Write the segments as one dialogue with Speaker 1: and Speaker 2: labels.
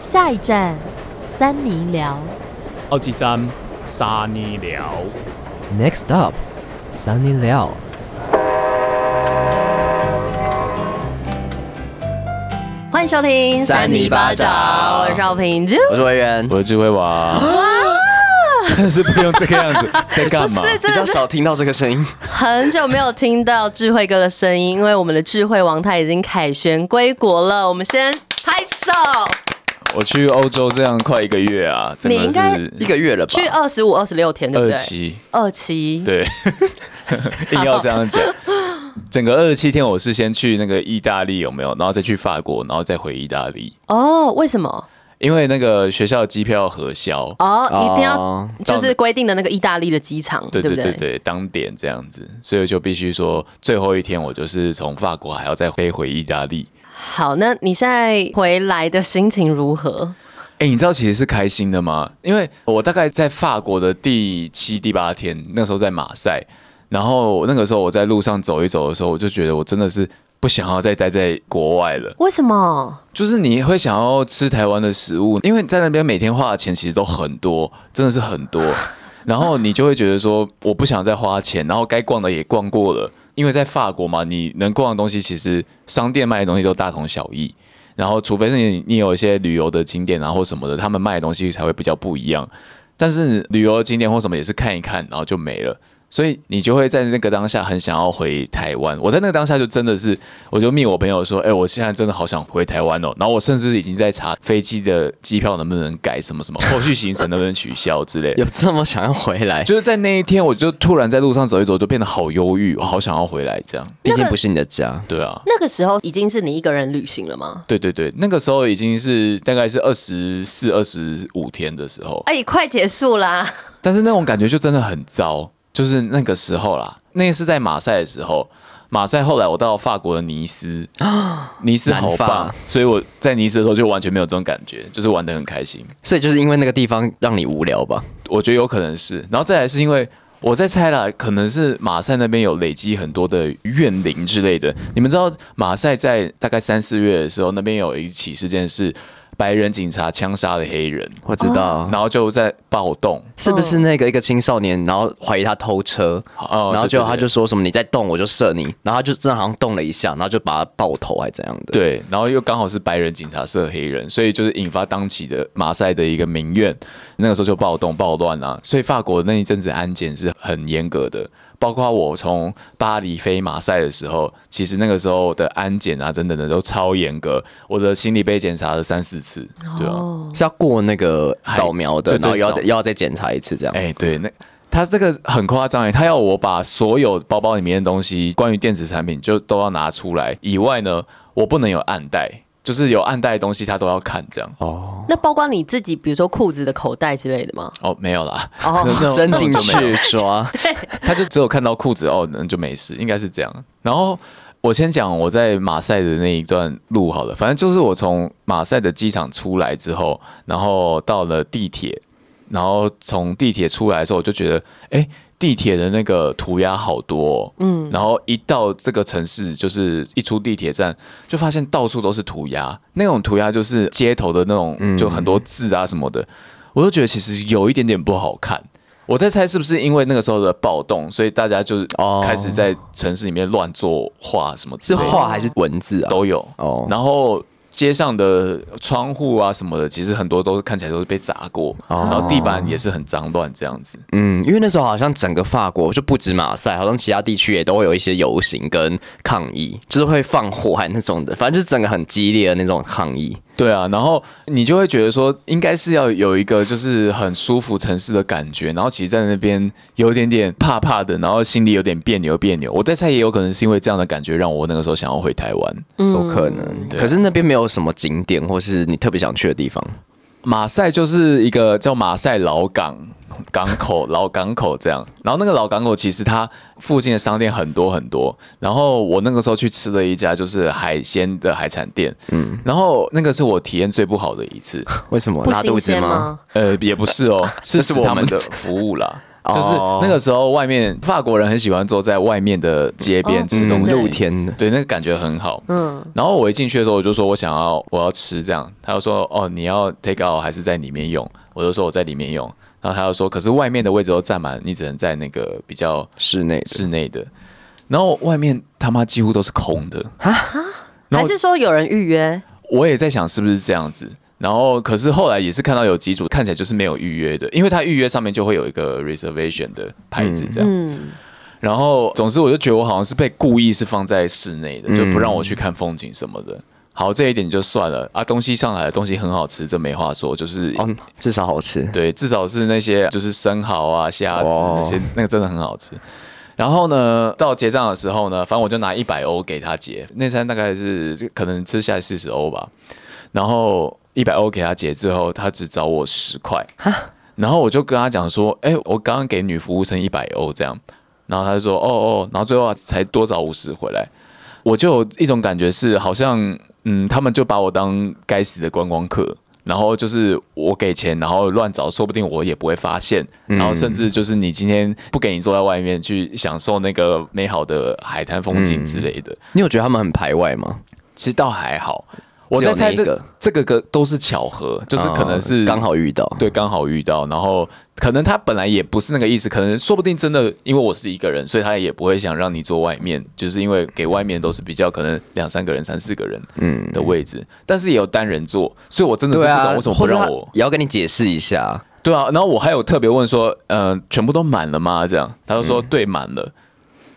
Speaker 1: 下一站，三尼寮。
Speaker 2: 好几站沙尼寮。
Speaker 3: Next up, Sunny Liao。
Speaker 1: 欢迎收听
Speaker 4: 三尼巴掌
Speaker 1: 我是赵平之。
Speaker 4: 我是维园，
Speaker 2: 我是智慧王。真的是不用这个样 子，在干嘛？
Speaker 1: 是
Speaker 4: 比
Speaker 1: 真
Speaker 4: 较
Speaker 1: 的是
Speaker 4: 少听到这个 声音。
Speaker 1: 很久没有听到智慧哥的声音，因为我们的智慧王他已经凯旋归国了。我们先拍手。
Speaker 2: 我去欧洲这样快一个月啊，真
Speaker 1: 你应
Speaker 2: 的
Speaker 1: 该
Speaker 2: 是
Speaker 4: 一个月了吧？
Speaker 1: 去二十五、二十六天，对不
Speaker 2: 二
Speaker 1: 对？
Speaker 2: 期，
Speaker 1: 二期，
Speaker 2: 对，硬要这样讲。整个二十七天，我是先去那个意大利有没有，然后再去法国，然后再回意大利，
Speaker 1: 哦，为什么？
Speaker 2: 因为那个学校机票核销。
Speaker 1: 哦，一定要
Speaker 4: 哦
Speaker 1: 就是规定的那个意大利的机场，
Speaker 2: 对
Speaker 1: 不
Speaker 2: 对对对，当点这样子，所以就必须说最后一天，我就是从法国还要再飞回意大利。
Speaker 1: 好，那你现在回来的心情如何？
Speaker 2: 哎、你知道其实是开心的吗？因为我大概在法国的第七、第八天，那时候在马赛，然后那个时候我在路上走一走的时候，我就觉得我真的是不想要再待在国外了。
Speaker 1: 为什么？
Speaker 2: 就是你会想要吃台湾的食物，因为在那边每天花的钱其实都很多，真的是很多。然后你就会觉得说，我不想再花钱，然后该逛的也逛过了，因为在法国嘛，你能逛的东西其实商店卖的东西都大同小异。然后，除非是你你有一些旅游的景点啊或什么的，他们卖的东西才会比较不一样。但是旅游的景点或什么也是看一看，然后就没了。所以你就会在那个当下很想要回台湾。我在那个当下就真的是，我就密我朋友说，哎、我现在真的好想回台湾哦。然后我甚至已经在查飞机的机票能不能改，什么什么，后续行程能不能取消之类的
Speaker 4: 有。这么想要回 来？
Speaker 2: 就是在那一天，我就突然在路上走一走，就变得好忧郁，我好想要回来这样。
Speaker 4: 毕竟不是你的家，
Speaker 2: 对啊，
Speaker 1: 那个时候已经是你一个人旅行了吗？
Speaker 2: 对对对，那个时候已经是大概是二十四、二十五天的时候，
Speaker 1: 哎、快结束啦！
Speaker 2: 但是那种感觉就真的很糟，就是那个时候啦，那是在马赛的时候。马赛后来我到法国的尼 斯，尼斯好
Speaker 4: 南
Speaker 2: 棒
Speaker 4: 法，
Speaker 2: 所以我在尼斯的时候就完全没有这种感觉，就是玩的很开心。
Speaker 4: 所以就是因为那个地方让你无聊吧？
Speaker 2: 我觉得有可能是，然后再来是因为我在猜啦，可能是马赛那边有累积很多的怨灵之类的。你们知道马赛在大概三四月的时候，那边有一起事件是白人警察枪杀了黑人，
Speaker 4: 我知
Speaker 1: 哦
Speaker 4: 道，
Speaker 2: 然后就在暴动，
Speaker 4: 是不是那个一个青少年，然后怀疑他偷车，
Speaker 2: 哦
Speaker 4: 然后
Speaker 2: 对
Speaker 4: 就
Speaker 2: 对
Speaker 4: 他
Speaker 2: 对
Speaker 4: 就说什么你再动我就射你，然后他就真的好像动了一下，然后就把他爆头还怎样的？，
Speaker 2: 对，然后又刚好是白人警察射黑人，所以就是引发当起的马赛的一个民怨。那个时候就暴动暴乱啊，所以法国那一阵子安检是很严格的。包括我从巴黎飞马赛的时候，其实那个时候的安检啊等等的都超严格，我的行李被检查了三四次，对啊，
Speaker 4: 是要过那个扫描的
Speaker 2: 对，对
Speaker 4: 然后又要再
Speaker 2: 扫
Speaker 4: 又要再检查一次这样。
Speaker 2: 哎、对，那他这个很夸张哎，他要我把所有包包里面的东西，关于电子产品就都要拿出来，以外呢，我不能有暗袋，就是有暗袋的东西他都要看这样。
Speaker 4: 哦
Speaker 1: 那包括你自己，比如说裤子的口袋之类的吗？
Speaker 2: 哦，没有啦，
Speaker 1: 哦
Speaker 2: 那那
Speaker 4: 伸
Speaker 2: 那
Speaker 4: 进
Speaker 2: 就没有
Speaker 4: 去 抓，
Speaker 2: 他就只有看到裤子哦，那就没事，应该是这样。然后我先讲我在马赛的那一段路好了，反正就是我从马赛的机场出来之后，然后到了地铁，然后从地铁出来的时候，我就觉得，哎，地铁的那个涂鸦好多、哦，嗯，然后一到这个城市，就是一出地铁站，就发现到处都是涂鸦，那种涂鸦就是街头的那种，就很多字啊什么的，我都觉得其实有一点点不好看。我在猜是不是因为那个时候的暴动，所以大家就是
Speaker 4: 哦
Speaker 2: 开始在城市里面乱作画什么之
Speaker 4: 是
Speaker 2: 类的
Speaker 4: 画还是文字啊？
Speaker 2: 都有
Speaker 4: 哦
Speaker 2: 然后街上的窗户啊什么的，其实很多都看起来都是被砸过，
Speaker 4: 哦
Speaker 2: 然后地板也是很脏乱这样子。
Speaker 4: 嗯，因为那时候好像整个法国就不止马赛，好像其他地区也都会有一些游行跟抗议，就是会放火还那种的，反正就是整个很激烈的那种抗议。
Speaker 2: 对啊，然后你就会觉得说，应该是要有一个就是很舒服城市的感觉，然后其实在那边有一点点怕怕的，然后心里有点别扭别扭。我在猜，也有可能是因为这样的感觉，让我那个时候想要回台湾。
Speaker 1: 嗯
Speaker 4: 有可能，可是那边没有什么景点，或是你特别想去的地方。
Speaker 2: 马赛就是一个叫马赛老港港口老港口这样，然后那个老港口其实它附近的商店很多很多，然后我那个时候去吃了一家就是海鲜的海产店，嗯，然后那个是我体验最不好的一次，
Speaker 4: 为什么
Speaker 1: 不
Speaker 4: 拉肚
Speaker 1: 新
Speaker 4: 子
Speaker 1: 鲜
Speaker 4: 吗？
Speaker 1: 吗？
Speaker 2: 呃，也不是哦，是
Speaker 4: 那是
Speaker 2: 吃
Speaker 4: 我
Speaker 2: 他们
Speaker 4: 们 哦
Speaker 2: 的服务啦，就是那个时候外面法国人很喜欢坐在外面的街
Speaker 4: 嗯
Speaker 2: 边吃东西，
Speaker 1: 对
Speaker 4: 露天的
Speaker 2: 对，那个感觉很好。嗯，然后我一进去的时候，我就说我想要我要吃这样，他就说哦你要 take out 还是在里面用？我就说我在里面用，然后他就说可是外面的位置都占满，你只能在那个比较
Speaker 4: 室内的
Speaker 2: 室内的，然后外面他妈几乎都是空的。然
Speaker 1: 还
Speaker 2: 后
Speaker 1: 是说有人预约？
Speaker 2: 我也在想是不是这样子。然后，可是后来也是看到有几组看起来就是没有预约的，因为他预约上面就会有一个 reservation 的牌子这样。然后，总之我就觉得我好像是被故意是放在室内的，就不让我去看风景什么的。好，这一点就算了啊，东西上来的东西很好吃，这没话说，就是、
Speaker 4: 哦，至少好吃。
Speaker 2: 对，至少是那些就是生蚝啊、虾子
Speaker 4: 哦
Speaker 2: 那些，那个真的很好吃。然后呢，到结账的时候呢，反正我就拿一百欧给他结，那餐大概是可能吃下来四十欧吧。然后一百欧给他结之后，他只找我十块，然后我就跟他讲说，哎、我刚刚给女服务生一百欧这样，然后他就说，哦哦，然后最后才多找五十回来，我就有一种感觉是，好像嗯，他们就把我当该死的观光客，然后就是我给钱，然后乱找，说不定我也不会发现，
Speaker 4: 嗯
Speaker 2: 然后甚至就是你今天不给你坐在外面去享受那个美好的海滩风景之类的，
Speaker 4: 你有觉得他们很排外吗？
Speaker 2: 其实倒还好。我
Speaker 4: 只有
Speaker 2: 在猜
Speaker 4: 那
Speaker 2: 这
Speaker 4: 一个
Speaker 2: 这个个都是巧合，就是可能是
Speaker 4: 哦刚好遇到。
Speaker 2: 对，刚好遇到，然后可能他本来也不是那个意思，可能说不定真的因为我是一个人，所以他也不会想让你坐外面，就是因为给外面都是比较可能两三个人、三四个人嗯的位置，但是也有单人座，所以我真的是不懂为什么不
Speaker 4: 啊或者
Speaker 2: 让
Speaker 4: 他
Speaker 2: 我。
Speaker 4: 也要跟你解释一下。
Speaker 2: 对啊，然后我还有特别问说，呃，全部都满了吗？这样，他就说、对，满了，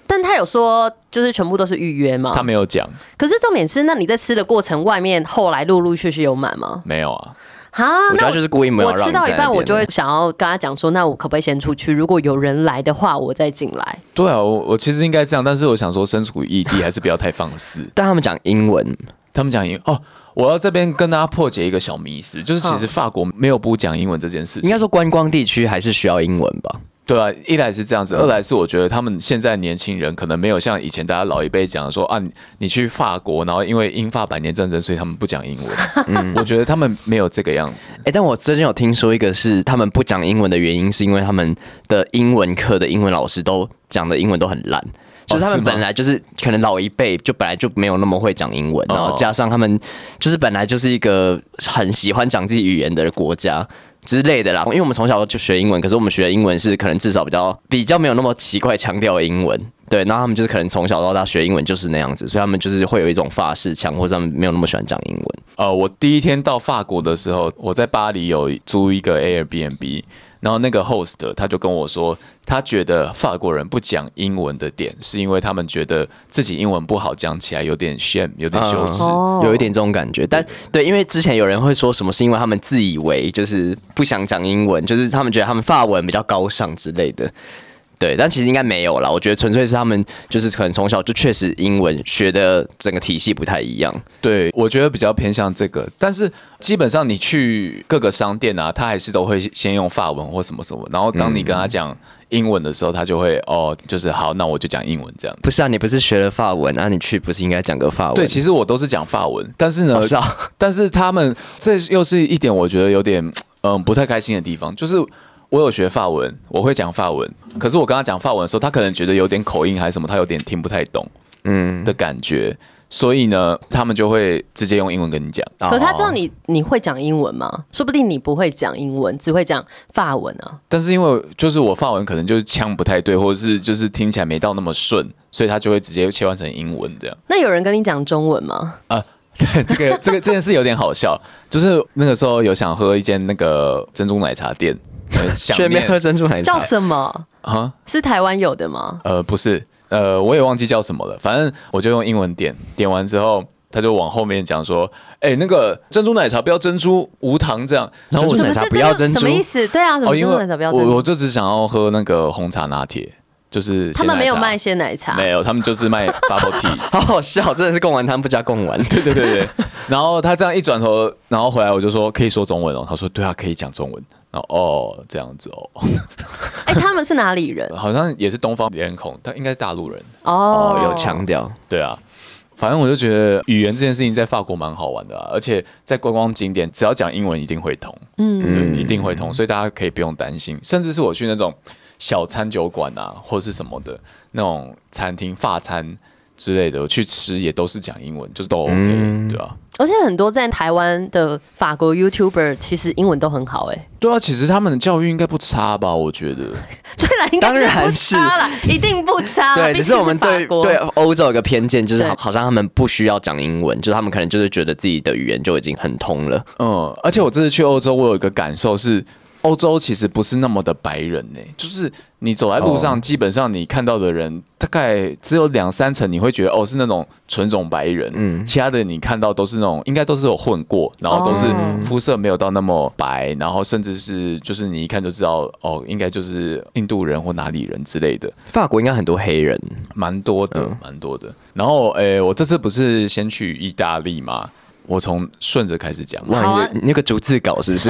Speaker 1: 但他有说就是全部都是预约嘛？
Speaker 2: 他没有讲，
Speaker 1: 可是重点是，那你在吃的过程，外面后来陆陆续续有满吗？
Speaker 2: 没有啊，
Speaker 1: 哈，
Speaker 4: 我
Speaker 1: 那
Speaker 4: 觉得他就是故意没有
Speaker 1: 我
Speaker 4: 让
Speaker 1: 吃
Speaker 4: 你
Speaker 1: 到一
Speaker 4: 在那
Speaker 1: 半，
Speaker 4: 边
Speaker 1: 我就会想要跟他讲说，那我可不可以先出去？如果有人来的话，我再进来。
Speaker 2: 对啊，我我其实应该这样，但是我想说身处异地还是不要太放肆。
Speaker 4: 但他们讲英文，
Speaker 2: 他们讲英哦，我要这边跟大家破解一个小迷思，就是其实法国没有不讲英文这件事情。
Speaker 4: 应该说观光地区还是需要英文吧？
Speaker 2: 对啊，一来是这样子，二来是我觉得他们现在年轻人可能没有像以前大家老一辈讲的说啊，你你去法国，然后因为英法百年战争，所以他们不讲英文。我觉得他们没有这个样子。
Speaker 4: 哎、但我最近有听说一个是他们不讲英文的原因，是因为他们的英文课的英文老师都讲的英文都很烂。就是他
Speaker 2: 哦是
Speaker 4: 们
Speaker 2: 吗
Speaker 4: 本来就是可能老一辈就本来就没有那么会讲英文，然后
Speaker 2: 哦
Speaker 4: 加上他们就是本来就是一个很喜欢讲自己语言的国家之类的啦。因为我们从小就学英文，可是我们学的英文是可能至少比较比较没有那么奇怪腔调的英文。对，然后他们就是可能从小到大学英文就是那样子，所以他们就是会有一种法式腔，或者他们没有那么喜欢讲英文。
Speaker 2: 呃，我第一天到法国的时候，我在巴黎有租一个 Airbnb，然后那个 host 他就跟我说，他觉得法国人不讲英文的点，是因为他们觉得自己英文不好，讲起来有点 shame，有点羞耻。
Speaker 1: 哦
Speaker 4: 有一点这种感觉。但对，因为之前有人会说什么，是因为他们自以为就是不想讲英文，就是他们觉得他们法文比较高尚之类的。对，但其实应该没有啦。我觉得纯粹是他们就是可能从小就确实英文学的整个体系不太一样。
Speaker 2: 对，我觉得比较偏向这个，但是基本上你去各个商店啊，他还是都会先用法文或什么什么，然后当你跟他讲英文的时候，他就会哦，就是好，那我就讲英文这样。
Speaker 4: 不是啊，你不是学了法文啊？你去不是应该讲个法文？
Speaker 2: 对，其实我都是讲法文，但是呢，
Speaker 4: 哦是啊
Speaker 2: 但是他们这又是一点我觉得有点嗯不太开心的地方，就是我有学法文，我会讲法文，可是我跟他讲法文的时候，他可能觉得有点口音还是什么，他有点听不太懂，嗯的感觉，所以呢，他们就会直接用英文跟你讲。
Speaker 1: 呃可是他知道
Speaker 4: 哦
Speaker 1: 你你会讲英文吗？说不定你不会讲英文，只会讲法文啊。
Speaker 2: 但是因为就是我法文可能就是腔不太对，或者是就是听起来没到那么顺，所以他就会直接切换成英文这样。
Speaker 1: 那有人跟你讲中文吗？
Speaker 2: 啊，对， 这个这个这件事有点好笑，就是那个时候有想喝一间那个珍珠奶茶店，呃想
Speaker 4: 去那边
Speaker 2: 念
Speaker 4: 喝珍珠奶茶
Speaker 1: 叫什么？
Speaker 2: 啊，
Speaker 1: 是台湾有的吗？
Speaker 2: 呃，不是，呃，我也忘记叫什么了，反正我就用英文点，点完之后。他就往后面讲说：“哎、那个珍珠奶茶不要珍珠，无糖这样。”
Speaker 4: 然后我
Speaker 1: 什么
Speaker 4: 珍珠奶
Speaker 1: 是
Speaker 4: 茶不要珍珠
Speaker 1: 什么意思？对啊，什么
Speaker 2: 哦，
Speaker 1: 珍
Speaker 2: 因
Speaker 1: 珠
Speaker 2: 为
Speaker 1: 奶茶不要珍
Speaker 2: 我我
Speaker 1: 珠？
Speaker 2: 就只想要喝那个红茶拿铁，就是
Speaker 1: 他
Speaker 2: 鲜
Speaker 1: 们
Speaker 2: 奶
Speaker 1: 没有
Speaker 2: 茶
Speaker 1: 卖鲜奶茶，
Speaker 2: 没有，他们就 是卖 bubble tea。
Speaker 4: 好好笑，真的是贡丸汤不加贡丸。
Speaker 2: 对对对对，然后他这样一转头，然后回来我就说可以说中文哦，他说对啊，可以讲中文。然后哦这样子哦，？
Speaker 1: 哎，他们是哪里人
Speaker 2: 好像也是东方脸孔，他应该是大陆人，
Speaker 1: 哦
Speaker 4: 哦，有强调。
Speaker 2: 对啊。反正我就觉得语言这件事情在法国蛮好玩的、啊，而且在观光景点只要讲英文一定会通，嗯，对，一定会通，所以大家可以不用担心。甚至是我去那种小餐酒馆啊，或者是什么的那种餐厅、法餐之类的，我去吃也都是讲英文，就是都 OK，、对啊吧、
Speaker 1: 而且很多在台湾的法国 YouTuber 其实英文都很好哎、
Speaker 2: 对啊，其实他们的教育应该不差吧？我觉得，
Speaker 1: 对啦，应该
Speaker 4: 当然
Speaker 1: 是不差啦，一定不差啦。
Speaker 4: 对，
Speaker 1: 啊毕
Speaker 4: 只
Speaker 1: 竟
Speaker 4: 是我们对
Speaker 1: 法国
Speaker 4: 对欧洲有个偏见，就是
Speaker 1: 对
Speaker 4: 好好像他们不需要讲英文，就是他们可能就是觉得自己的语言就已经很通了。
Speaker 2: 嗯，而且我这次去欧洲，我有一个感受是，欧洲其实不是那么的白人呢、就是你走在路上，基本上你看到的人大概只有两三成，你会觉得哦是那种纯种白人，嗯，其他的你看到都是那种应该都是有混过，然后都是
Speaker 1: 哦
Speaker 2: 肤色没有到那么白，然后甚至是就是你一看就知道哦，应该就是印度人或哪里人之类的，
Speaker 4: 法国应该很多黑人，
Speaker 2: 蛮多的，蛮、多的。然后诶、我这次不是先去意大利吗？我从顺着开始讲嘛，
Speaker 4: 哇，
Speaker 1: 好
Speaker 4: 你
Speaker 1: 啊
Speaker 4: 的你那个逐字稿是不 是？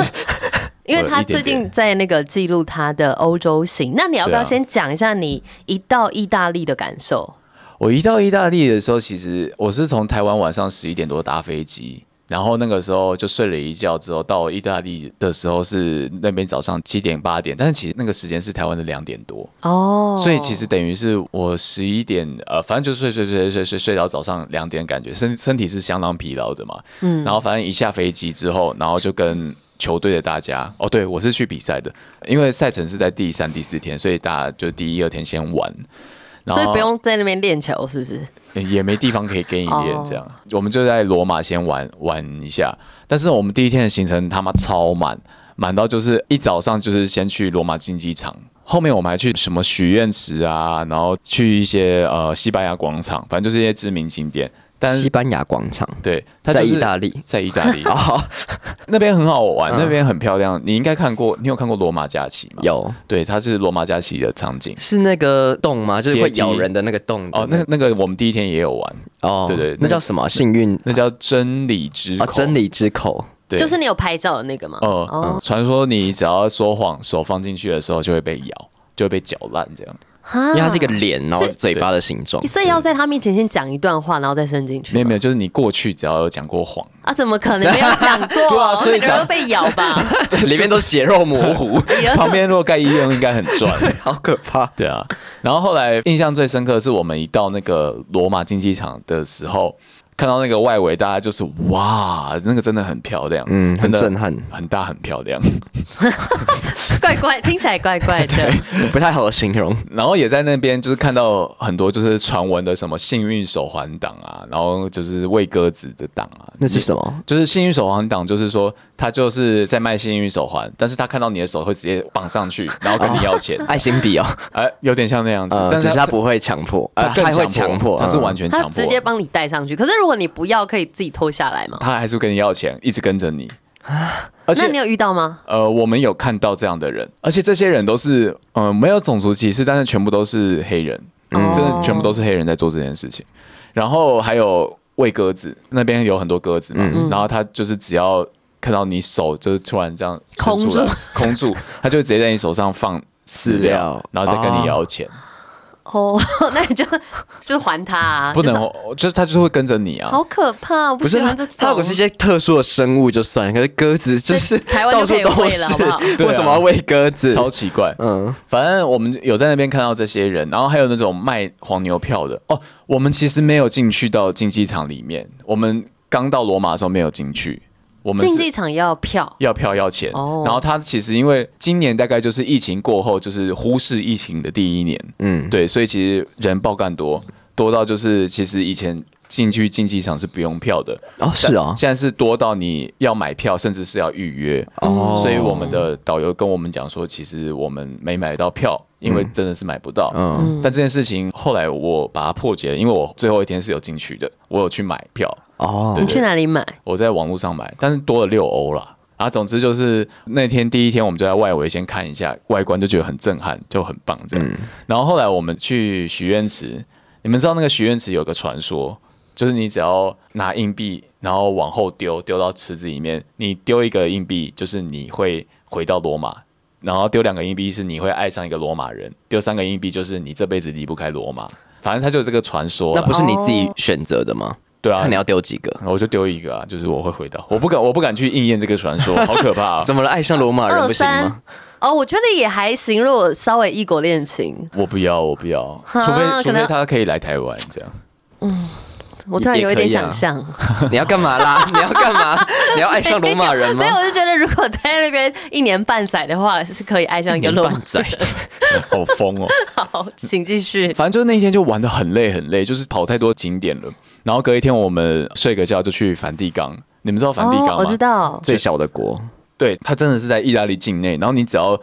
Speaker 1: 因为他
Speaker 2: 一点
Speaker 1: 最
Speaker 2: 点
Speaker 1: 近在那个记录他的欧洲行，那你要不要
Speaker 2: 对啊
Speaker 1: 先讲一下你一到意大利的感受？
Speaker 2: 我一到意大利的时候，其实我是从台湾晚上十一点多搭飞机，然后那个时候就睡了一觉，之后到意大利的时候是那边早上七点八点，但是其实那个时间是台湾的两点多，
Speaker 1: 哦，
Speaker 2: 所以其实等于是我十一点呃，反正就睡睡睡睡睡睡到早上两点，感觉身身体是相当疲劳的嘛，嗯，然后反正一下飞机之后，然后就跟。球队的大家哦，对我是去比赛的，因为赛程是在第三、第四天，所以大家就第一、二天先玩，然后
Speaker 1: 所以不用在那边练球，是不是？
Speaker 2: 也也没地方可以给你练
Speaker 1: 哦，
Speaker 2: 这样、我们就在罗马先玩玩一下。但是我们第一天的行程他妈超满，满到就是一早上就是先去罗马竞技场，后面我们还去什么许愿池啊，然后去一些呃西班牙广场，反正就是一些知名景点。但
Speaker 4: 西
Speaker 2: 是
Speaker 4: 班牙广场
Speaker 2: 对，它
Speaker 4: 在
Speaker 2: 就是
Speaker 4: 意大利。哦嗯
Speaker 2: 在意 大利那边很好玩，那边很漂亮。你应该看过，你有看过《罗马假期》吗？，
Speaker 4: 有
Speaker 2: 对，它是罗马假期的场景。
Speaker 4: 是那个洞吗？就是会
Speaker 2: 阶梯
Speaker 4: 咬人的那个洞的
Speaker 2: 哦，那个那个我们第一天也有玩，
Speaker 4: 哦，
Speaker 2: 对对
Speaker 4: 那
Speaker 2: 那
Speaker 4: 叫什么？幸运
Speaker 2: 那叫真理之口。
Speaker 4: 啊，真理之口。
Speaker 2: 对，
Speaker 1: 就是你有拍照的那个吗？
Speaker 2: 呃，
Speaker 4: 哦
Speaker 2: 嗯传、说你只要说谎，手放进去的时候就会被咬，就会被搅烂这样。
Speaker 1: 哈
Speaker 4: 因为它是一个脸，然后
Speaker 1: 是
Speaker 4: 嘴巴的形状。
Speaker 1: 嗯所以 要在他面前先讲一段话，然后再伸进去吗。
Speaker 2: 没有没有，就是你过去只要有讲过 谎，
Speaker 1: 啊，怎么可能没有讲过？
Speaker 2: 对啊所以
Speaker 1: 每个人
Speaker 2: 讲
Speaker 1: 都被咬 吧。
Speaker 4: 里面都血肉模糊，
Speaker 2: 旁边如果盖医院应该很赚。
Speaker 4: 好可怕。
Speaker 2: 对啊，然后后来印象最深刻的是我们一到那个罗马竞技场的时候，看到那个外围，大家就是哇，那个真的很漂亮，
Speaker 4: 嗯
Speaker 2: 真的
Speaker 4: 很震撼
Speaker 2: 很大，很漂亮。
Speaker 1: 怪怪，听起来怪怪的。
Speaker 4: 不太好形容。
Speaker 2: 然后也在那边就是看到很多就是传闻的什么幸运手环党啊，然后就是喂鸽子的党啊，
Speaker 4: 那是什么？
Speaker 2: 就是幸运手环党，就是说他就是在卖幸运手环，但是他看到你的手会直接绑上去，然后跟你要 钱，
Speaker 4: 爱心笔哦，
Speaker 2: 哎、有点像那样子，
Speaker 4: 呃，
Speaker 2: 但
Speaker 4: 只
Speaker 2: 是
Speaker 4: 是他不会强迫，呃
Speaker 2: 他更
Speaker 4: 他会强迫，
Speaker 2: 他是
Speaker 4: 嗯
Speaker 2: 完全
Speaker 1: 他
Speaker 2: 强迫，
Speaker 1: 直接帮你戴上去，可是如果你不要，可以自己脱下来嘛。
Speaker 2: 他还是跟你要钱，一直跟着你，而
Speaker 1: 啊那你
Speaker 2: 且。
Speaker 1: 有遇到吗？
Speaker 2: 呃，我们有看到这样的人，而且这些人都是，呃，没有种族歧视，但是全部都是黑人，
Speaker 1: 嗯
Speaker 2: 真的全部都是黑人在做这件事情。然后还有喂鸽子，那边有很多鸽子嘛，然后他就是只要看到你手就是突然这样伸出来，空住， 他就直接在你手上放饲
Speaker 4: 饲
Speaker 2: 料
Speaker 4: 料，
Speaker 2: 然后再跟你要钱，
Speaker 1: 哦， 那你就就是还他啊，
Speaker 2: 不能
Speaker 1: 就是，
Speaker 2: 就是他就是会跟着你啊。
Speaker 1: 好可怕，我不
Speaker 4: 不是
Speaker 1: 喜
Speaker 4: 他
Speaker 1: 欢这种。
Speaker 4: 他如果是一些特殊的生物就算，可是鸽子就是
Speaker 1: 在台湾就
Speaker 4: 到处
Speaker 1: 可以
Speaker 4: 都
Speaker 1: 喂了
Speaker 4: 是
Speaker 1: 好不 好，
Speaker 2: 对啊
Speaker 4: 为什么要喂鸽子？
Speaker 2: 超奇怪，
Speaker 4: 嗯，
Speaker 2: 反正我们有在那边看到这些人，然后还有那种卖黄牛票的哦。我们其实没有进去到竞技场里面，我们刚到罗马的时候没有进去，我们
Speaker 1: 竞
Speaker 2: 是
Speaker 1: 技场要票，
Speaker 2: 要票要钱。
Speaker 1: 哦
Speaker 2: 然后他其实因为今年大概就是疫情过后，就是忽视疫情的第一年，嗯，对，所以其实人爆干多，多到就是其实以前进去竞技场是不用票的，
Speaker 4: 哦是哦，
Speaker 2: 现在是多到你要买票，甚至是要预约。
Speaker 4: 哦
Speaker 2: 所以我们的导游跟我们讲说，其实我们没买到票，因为真的是买不到。
Speaker 4: 嗯，
Speaker 2: 但这件事情后来我把它破解了，因为我最后一天是有进去的，我有去买票，
Speaker 4: 哦
Speaker 1: 你去哪里买？
Speaker 2: 我在网络上买，但是多了六欧啦。啊，总之就是那天第一天，我们就在外围先看一下外观，就觉得很震撼，就很棒这样。然后后来我们去许愿池，你们知道那个许愿池有个传说，就是你只要拿硬币，然后往后丢，丢到池子里面，你丢一个硬币，就是你会回到罗马。然后丢两个硬币是你会爱上一个罗马人，丢三个
Speaker 1: 哦
Speaker 2: 硬币就是你这辈子离不开罗马。反正他就有这个传说啦。
Speaker 4: 那不是你自己选择的吗？
Speaker 2: 对啊
Speaker 4: 看你，要丢几个。
Speaker 2: 我就丢一个啊，就是我会回答，我不敢，我不敢去应验这个传说，好可怕啊！
Speaker 4: 怎么了？爱上罗马人不行 吗？
Speaker 1: 哦，我觉得也还行，如果稍微异国恋情，
Speaker 2: 我不要，我 不要，除非除
Speaker 1: 可能
Speaker 2: 非他可以来台湾这样。
Speaker 1: 我突然
Speaker 4: 也
Speaker 1: 有一点
Speaker 4: 也可以啊
Speaker 1: 想象。
Speaker 4: 你要干 嘛啦？你要干嘛？你要爱上罗马人吗
Speaker 1: 没？有，我就觉得如果在那边一年半载的话，是可以爱上一个
Speaker 4: 年
Speaker 1: 罗
Speaker 4: 半载，
Speaker 2: 好疯哦！
Speaker 1: 好， 请继续。
Speaker 2: 反正就那一天就玩的很累很累，就是跑太多景点了。然后隔一天我们睡个觉就去梵蒂冈，你们知道 梵蒂冈吗？
Speaker 1: 哦我知。道，
Speaker 4: 最小的国，
Speaker 2: 对，它真的是在意大利境内，然后你只要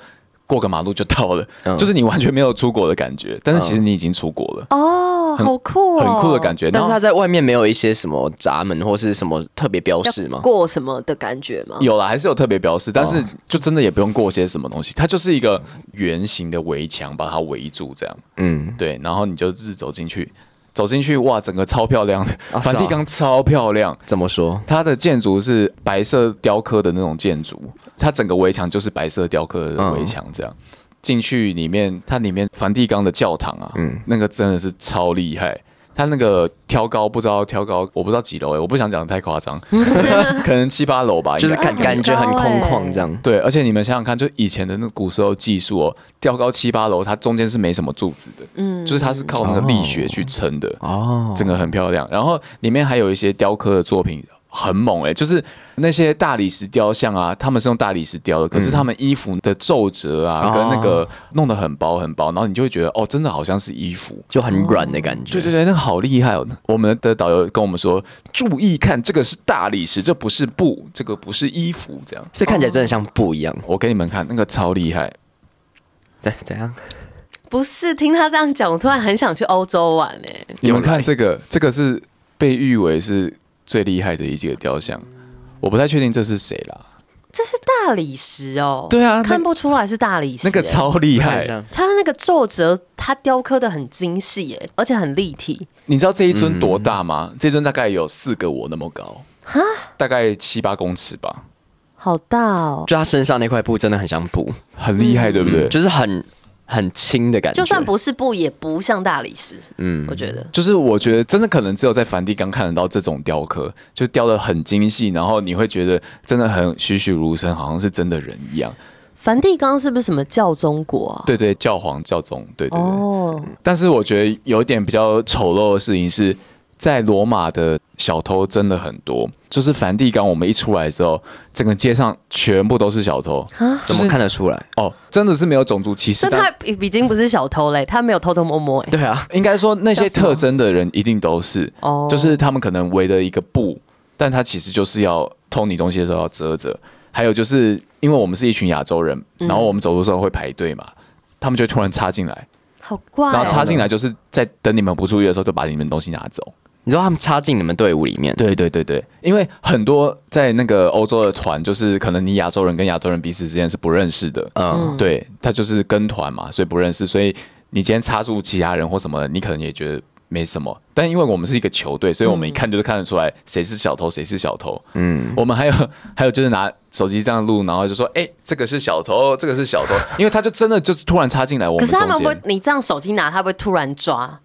Speaker 2: 过个马路就到了，
Speaker 4: 嗯
Speaker 2: 就是你完全没有出国的感觉，但是其实你已经出国了，
Speaker 1: 哦，好嗯酷哦，
Speaker 2: 很酷的感觉。
Speaker 4: 但是
Speaker 2: 然
Speaker 4: 它
Speaker 2: 后
Speaker 4: 在外面没有一些什么闸门或是什么特别标示吗？
Speaker 1: 过什么的感觉吗？
Speaker 2: 有了，还是有特别标示，但
Speaker 4: 哦
Speaker 2: 是就真的也不用过些什么东西，它就是一个圆形的围墙把它围住，这样
Speaker 4: 嗯，
Speaker 2: 对，然后你就是走进去，走进去哇，整个超漂亮的，
Speaker 4: 啊是啊
Speaker 2: 梵蒂冈超漂亮，
Speaker 4: 怎么说？
Speaker 2: 它的建筑是白色雕刻的那种建筑，它整个围墙就是白色雕刻的
Speaker 4: 嗯
Speaker 2: 围墙这样。进去里面，它里面梵蒂冈的教堂啊，
Speaker 4: 嗯
Speaker 2: 那个真的是超厉害。它那个挑高不知道挑高，我不知道几楼哎、我不想讲得太夸 张，可能七八楼吧，
Speaker 4: 就是
Speaker 2: 应该
Speaker 4: 感
Speaker 1: 很高
Speaker 4: 感觉很空
Speaker 1: 欸
Speaker 4: 旷这样。
Speaker 2: 对。而且你们想想看，就以前的那古时候技术哦，挑高七八楼，它中间是没什么柱子的，嗯，就是它是靠那个力学去撑的
Speaker 4: 哦，
Speaker 2: 整个很漂亮。然后里面还有一些雕刻的作品，很猛哎、就是那些大理石雕像啊，他们是用大理石雕的，可是他们衣服的皱褶啊，
Speaker 4: 嗯哦
Speaker 2: 跟那个弄得很薄很薄，然后你就会觉得哦，真的好像是衣服。
Speaker 4: 就很软的感觉。
Speaker 2: 对对对，那个好厉害哦！我们的导游跟我们说，注意看，这个是大理石，这不是布，这个不是衣服，这样。
Speaker 4: 所以看起来真的像不一样。
Speaker 2: 我给你们看，那个超厉害，
Speaker 4: 怎怎样？
Speaker 1: 不是，听他这样讲，我突然很想去欧洲玩欸诶、
Speaker 2: 你们
Speaker 4: 有来
Speaker 2: 看这个，这个是被誉为是最厉害的一个雕像，我不太确定这是谁啦。
Speaker 1: 这是大理石哦。
Speaker 2: 对啊那
Speaker 1: 看不出来是大理石、
Speaker 2: 那个
Speaker 1: 欸
Speaker 2: 超厉
Speaker 4: 看
Speaker 2: 害
Speaker 4: 一，下
Speaker 1: 它那个皱褶，它雕刻的很精细耶，而且很立体。
Speaker 2: 你知道这一尊多大吗？这尊大概有四个我那么高，大概七八公尺吧，
Speaker 1: 好大哦！
Speaker 4: 就他身上那块布真的很像布，嗯
Speaker 2: 很厉害，对不对？就
Speaker 4: 就是很很轻的感觉。
Speaker 1: 就算不是布，也不像大理石。嗯，我觉得
Speaker 2: 就是我觉得真的可能只有在梵蒂冈看得到这种雕刻，就雕的很精细，然后你会觉得真的很栩栩如生，好像是真的人一样。
Speaker 1: 梵蒂冈是不是什么教宗国啊？
Speaker 2: 对对，教皇、教宗，对对对。
Speaker 1: 哦，
Speaker 2: 但是我觉得有一点比较丑陋的事情是，在罗马的小偷真的很多。就是梵蒂冈，我们一出来之后，整个街上全部都是小偷。
Speaker 4: 怎么看得出来？
Speaker 2: 哦，真的是没有种族歧视。
Speaker 1: 啊但
Speaker 2: 但
Speaker 1: 他已已经不是小偷嘞，他没有偷偷摸摸哎。
Speaker 4: 对啊，
Speaker 2: 应该说那些特征的人一定都是，
Speaker 1: 哦
Speaker 2: 就是他们可能围了一个布，但他其实就是要偷你东西的时候要遮着。还有就是因为我们是一群亚洲人，
Speaker 1: 嗯
Speaker 2: 然后我们走路的时候会排队嘛，他们就会突然插进来，
Speaker 1: 好怪、
Speaker 2: 然后插
Speaker 1: 哦。
Speaker 2: 进来就是在等你们不注意的时候就把你们东西拿走。
Speaker 4: 你说他们插进你们队伍里面，
Speaker 2: 对对对对，因为很多在那个欧洲的团，就是可能你亚洲人跟亚洲人彼此之间是不认识的，
Speaker 4: 嗯，
Speaker 2: 对他就是跟团嘛，所以不认识，所以你今天插入其他人或什么的，你可能也觉得没什么。但因为我们是一个球队，所以我
Speaker 1: 嗯
Speaker 2: 们一看就是看得出来谁是小偷，谁是小偷。嗯，我们还有还有就是拿手机这样录，然后就说，哎、这个是小偷，这个是小偷，因为他就真的就是突然插进来我
Speaker 1: 可
Speaker 2: 们
Speaker 1: 是他们
Speaker 2: 中
Speaker 1: 会不会
Speaker 2: 间，，
Speaker 1: 你这样手机拿，他会不会突然抓？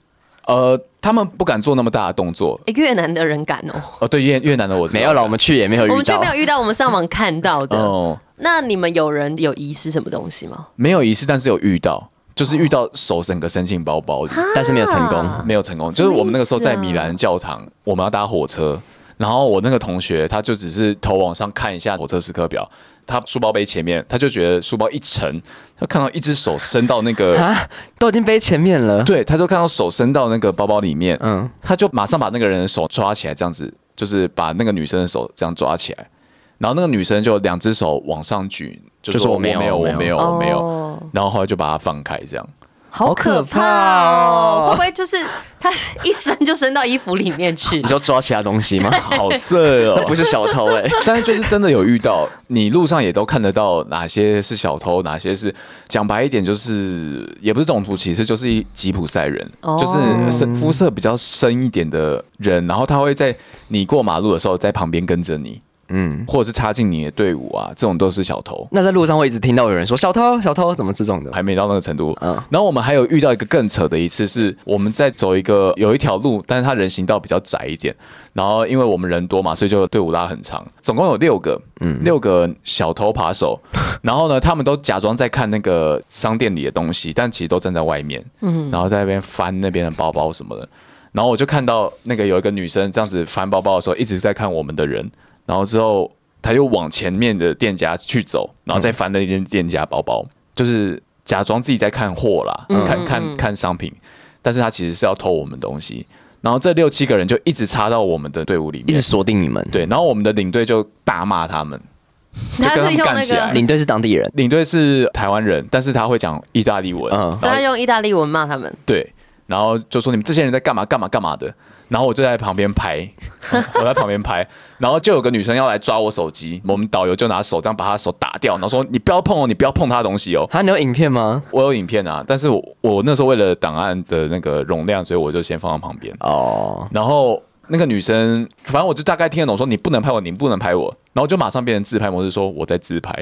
Speaker 2: 呃，他们不敢做那么大的动作。
Speaker 1: 哎、越南的人敢哦。
Speaker 2: 哦，对越越南的我知道
Speaker 4: 没有了，我们去也没有
Speaker 1: 我
Speaker 4: 遇
Speaker 1: 们却
Speaker 4: 到
Speaker 1: 没。有遇到，我们上网看到的。
Speaker 2: 哦。
Speaker 1: 那你们有人有遗失什么东西吗？
Speaker 2: 没有仪式，但是有遇到，就是遇到手整个伸进包包里，
Speaker 4: 但是没有成功
Speaker 1: 啊
Speaker 2: 没有成功。就是我们那个时候在米兰教堂，我们要搭火车，然后我那个同学他就只是头往上看一下火车时刻表，他书包背前面，他就觉得书包一沉，他看到一只手伸到那个。
Speaker 4: 啊，都已经背前面了。
Speaker 2: 对，他就看到手伸到那个包包里面，
Speaker 4: 嗯
Speaker 2: 嗯，他就马上把那个人的手抓起来，这样子就是把那个女生的手这样抓起来，然后那个女生就两只手往上举，就
Speaker 4: 就说
Speaker 2: 说
Speaker 4: 我没有
Speaker 2: 我没有，
Speaker 4: 我
Speaker 2: 我
Speaker 4: 没
Speaker 2: 没
Speaker 4: 有
Speaker 2: 有，我没有
Speaker 1: 哦，
Speaker 2: 然后后来就把它放开，这样。
Speaker 1: 好可怕
Speaker 4: 好可怕
Speaker 1: 哦！
Speaker 4: 哦
Speaker 1: 会不会就是他一伸就伸到衣服里面去
Speaker 4: 你？说抓其他东西吗？ 哦
Speaker 2: 好色哦
Speaker 4: 那不！是小偷 哎、
Speaker 2: 但是就是真的有遇到，你路上也都看得到哪些是小偷，哪些是讲白一点就是也不是种族歧视，就是一吉普赛人，
Speaker 1: 哦
Speaker 2: 就是深肤色比较深一点的人，然后他会在你过马路的时候在旁边跟着你，嗯，或者是插进你的队伍啊，这种都是小偷。
Speaker 4: 那在路上会一直听到有人说小偷小偷怎么这种的，
Speaker 2: 还没到那个程度。
Speaker 4: 嗯
Speaker 2: 然后我们还有遇到一个更扯的一次，是我们在走一个有一条路，但是它人行道比较窄一点。然后因为我们人多嘛，所以就队伍拉很长，总共有六个，
Speaker 4: 嗯
Speaker 2: 六个小偷扒 手。然后呢，他们都假装在看那个商店里的东西，但其实都站在外面，
Speaker 4: 嗯
Speaker 2: 然后在那边翻那边的包包什么的。然后我就看到那个有一个女生这样子翻包包的时候，一直在看我们的人，然后之后她又往前面的店家去走，然后再翻那间店家包包，就是假装自己在看货啦，看看看商品，但是她其实是要偷我们东西。然后这六七个人就一直插到我们的队伍里
Speaker 4: 一直
Speaker 2: 面，
Speaker 4: 锁定你们。，
Speaker 2: 对，然后我们的领队就大骂他们，就
Speaker 1: 他
Speaker 2: 跟他
Speaker 1: 是
Speaker 2: 们
Speaker 1: 用
Speaker 2: 干
Speaker 1: 那
Speaker 2: 起来
Speaker 1: 个，
Speaker 4: 领队是当地人，
Speaker 2: 领队是台湾人，但是他会讲意大利文，
Speaker 4: 嗯
Speaker 1: 所以他用意大利文骂他们。
Speaker 2: 对，然后就说你们这些人在干嘛干嘛干嘛的，然后我就在旁边拍， 我在旁边拍，然后就有个女生要来抓我手机，我们导游就拿手这样把她手打掉，然后说你不要碰哦，你不要碰她的东西哦。
Speaker 4: 啊，你有影片吗？
Speaker 2: 我有影片啊，但是我我那时候为了档案的那个容量，所以我就先放到旁边。
Speaker 4: 哦，
Speaker 2: 然后那个女生，反正我就大概听得懂，说你不能拍我，你不能拍我，然后就马上变成自拍模式，说我在自拍。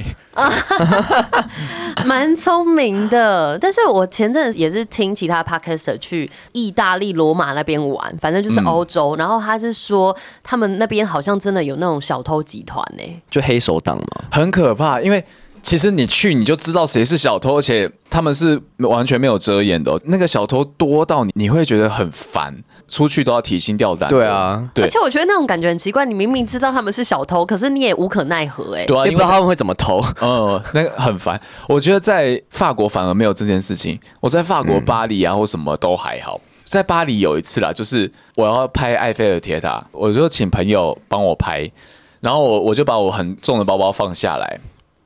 Speaker 1: 蛮聪明的，但是我前阵子也是听其他 podcaster 去意大利罗马那边玩，反正
Speaker 2: 嗯
Speaker 1: 就是欧洲，然后他是说他们那边好像真的有那种小偷集团欸呢、
Speaker 4: 就黑手党嘛。
Speaker 2: 很可怕，因为其实你去你就知道谁是小偷，而且他们是完全没有遮掩的哦、那个小偷多到你你会觉得很烦，出去都要提心吊胆。
Speaker 4: 对啊，
Speaker 2: 对
Speaker 1: 而且我觉得那种感觉很奇怪，你明明知道他们是小偷，可是你也无可奈何哎、
Speaker 2: 对啊，
Speaker 4: 也
Speaker 2: 因
Speaker 4: 不
Speaker 2: 为
Speaker 4: 知道他们会怎么偷。
Speaker 2: 呃，那个很烦。我觉得在法国反而没有这件事情。我在法
Speaker 4: 嗯
Speaker 2: 国巴黎啊，或什么都还好。在巴黎有一次啦，就是我要拍埃菲尔铁塔，我就请朋友帮我拍，然后我我就把我很重的包包放下来，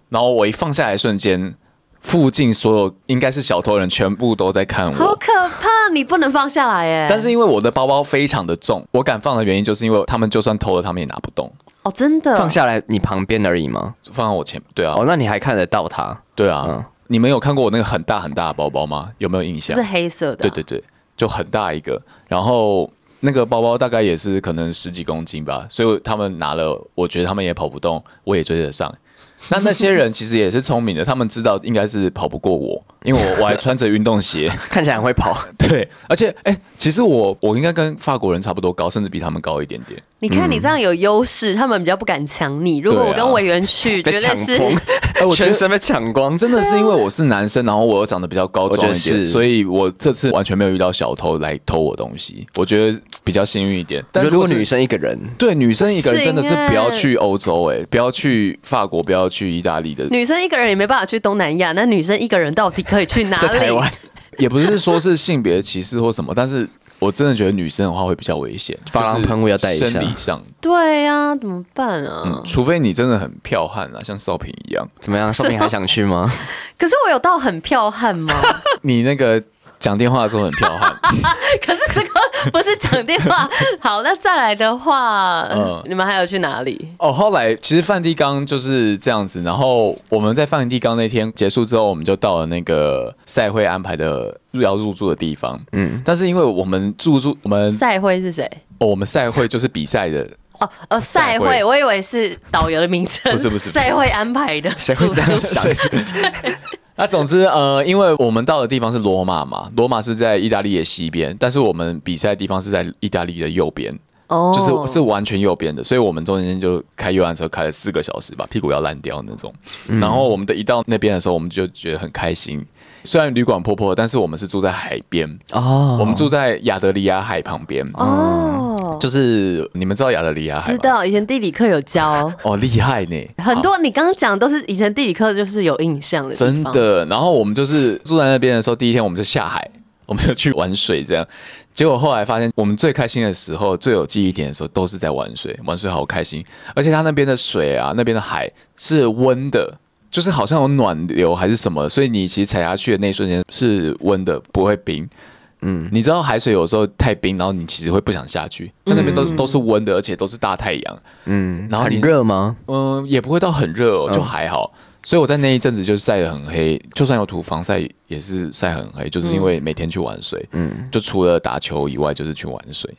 Speaker 2: 然后我一放下来的瞬间，附近所有应该是小偷的人全部都在看
Speaker 1: 好
Speaker 2: 我。
Speaker 1: 可怕，你不能放下来哎、
Speaker 2: 但是因为我的包包非常的重，我敢放的原因就是因为他们就算偷了，他们也拿不动，
Speaker 1: 哦，真的
Speaker 4: 放下来你旁边而已吗？
Speaker 2: 放在我前对啊
Speaker 4: 哦，，那你还看得到他？
Speaker 2: 对啊。
Speaker 4: 嗯
Speaker 2: 你们有看过我那个很大很大的包包吗？有没有印
Speaker 1: 是
Speaker 2: 象
Speaker 1: 不是？黑色的、
Speaker 2: 对对，对，就很大一个。然后那个包包大概也是可能十几公斤吧，所以他们拿了，我觉得他们也跑不动，我也追得上。 那那些人其实也是聪明的，他们知道应该是跑不过我，因为我我还穿着运动鞋。
Speaker 4: 看起来很会跑。
Speaker 2: 对，而且哎、其实我我应该跟法国人差不多高，甚至比他们高一点点。
Speaker 1: 你看你这样有优势，他们比较不敢抢你。如果
Speaker 2: 对啊
Speaker 1: 我跟委员 去，
Speaker 4: 被
Speaker 1: 绝
Speaker 4: 抢
Speaker 1: 对是
Speaker 4: 光，
Speaker 2: 哎我觉得
Speaker 4: 全身被抢光，
Speaker 2: 真的是因为我是男生，然后我又长得比较高壮
Speaker 4: 我
Speaker 2: 一
Speaker 4: 觉得
Speaker 2: 点，
Speaker 4: 是
Speaker 2: 所以我这次完全没有遇到小偷来偷我东西，我觉得比较幸运一点。但
Speaker 4: 但如果
Speaker 2: 是
Speaker 4: 女生一个人，
Speaker 2: 对，女生一个人真的是
Speaker 1: 不行欸
Speaker 2: 不要去欧洲、欸，不要去法国，不要去意大利的，
Speaker 1: 女生一个人也没办法去东南亚，那女生一个人到底可以去哪里？
Speaker 4: 在台湾
Speaker 2: 也不是说是性别歧视或什么，但是我真的觉得女生的话会比较危 险，
Speaker 4: 防狼
Speaker 2: 就是
Speaker 4: 喷雾要带一下
Speaker 2: 生理上，
Speaker 1: 对呀、怎么办啊？
Speaker 2: 嗯，除非你真的很剽悍啊，像少平一样，
Speaker 4: 怎么样？少平还想去吗？
Speaker 1: 可是我有到很剽悍吗？
Speaker 2: 你那个讲电话的时候很剽悍，
Speaker 1: 可是这个不是讲电话。 好，那再来的话，
Speaker 2: 嗯
Speaker 1: 你们还有去哪里？
Speaker 2: 哦，后来其实梵蒂冈就是这样子，然后我们在梵蒂冈那天结束之后，我们就到了那个赛会安排的要入住的地方，嗯，但是因为我们住住我们、
Speaker 1: 赛会是谁？
Speaker 2: 哦、我们赛会就是比赛的。
Speaker 1: 哦哦，赛
Speaker 2: 赛会
Speaker 1: 会，我以为是导游的名称，
Speaker 2: 不是不是
Speaker 1: 赛会安排的，
Speaker 4: 谁会这样
Speaker 1: 住宿
Speaker 4: 想？
Speaker 2: 那总之，呃，因为我们到的地方是罗马嘛，罗马是在意大利的西边，但是我们比赛的地方是在意大利的右边，
Speaker 1: 哦
Speaker 2: 就是是完全右边的，所以我们中间就开游览车开了四个小时吧，屁股要烂掉那种。
Speaker 1: 嗯
Speaker 2: 然后我们的一到那边的时候，我们就觉得很开心。虽然旅馆破破，但是我们是住在海边，
Speaker 4: 哦，
Speaker 2: 我们住在亚得里亚海旁边。
Speaker 1: 哦，
Speaker 2: 嗯就是你们知道亚得里亚海
Speaker 1: 知
Speaker 2: 吗
Speaker 1: 道以前地理课有教。
Speaker 2: 哦，厉害呢，
Speaker 1: 很多你刚刚讲都是以前地理课就是有印象的，
Speaker 2: 真。的。然后我们就是住在那边的时候，第一天我们就下海，我们就去玩水，这样。结果后来发现，我们最开心的时候、最有记忆点的时候，都是在玩水，玩水好开心。而且它那边的水啊，那边的海是温的，就是好像有暖流还是什么，所以你其实踩下去的那一瞬间是温的，不会冰。嗯，你知道海水有时候太冰，然后你其实会不想下去。但那边都、都是温的，而且都是大太阳。嗯，然后你
Speaker 4: 很热吗？
Speaker 2: 嗯，也不会到很热、哦，就还好。所以我在那一阵子就晒得很黑，就算有涂防晒也是晒很黑，就是因为每天去玩水，嗯，就除了打球以外就是去玩水。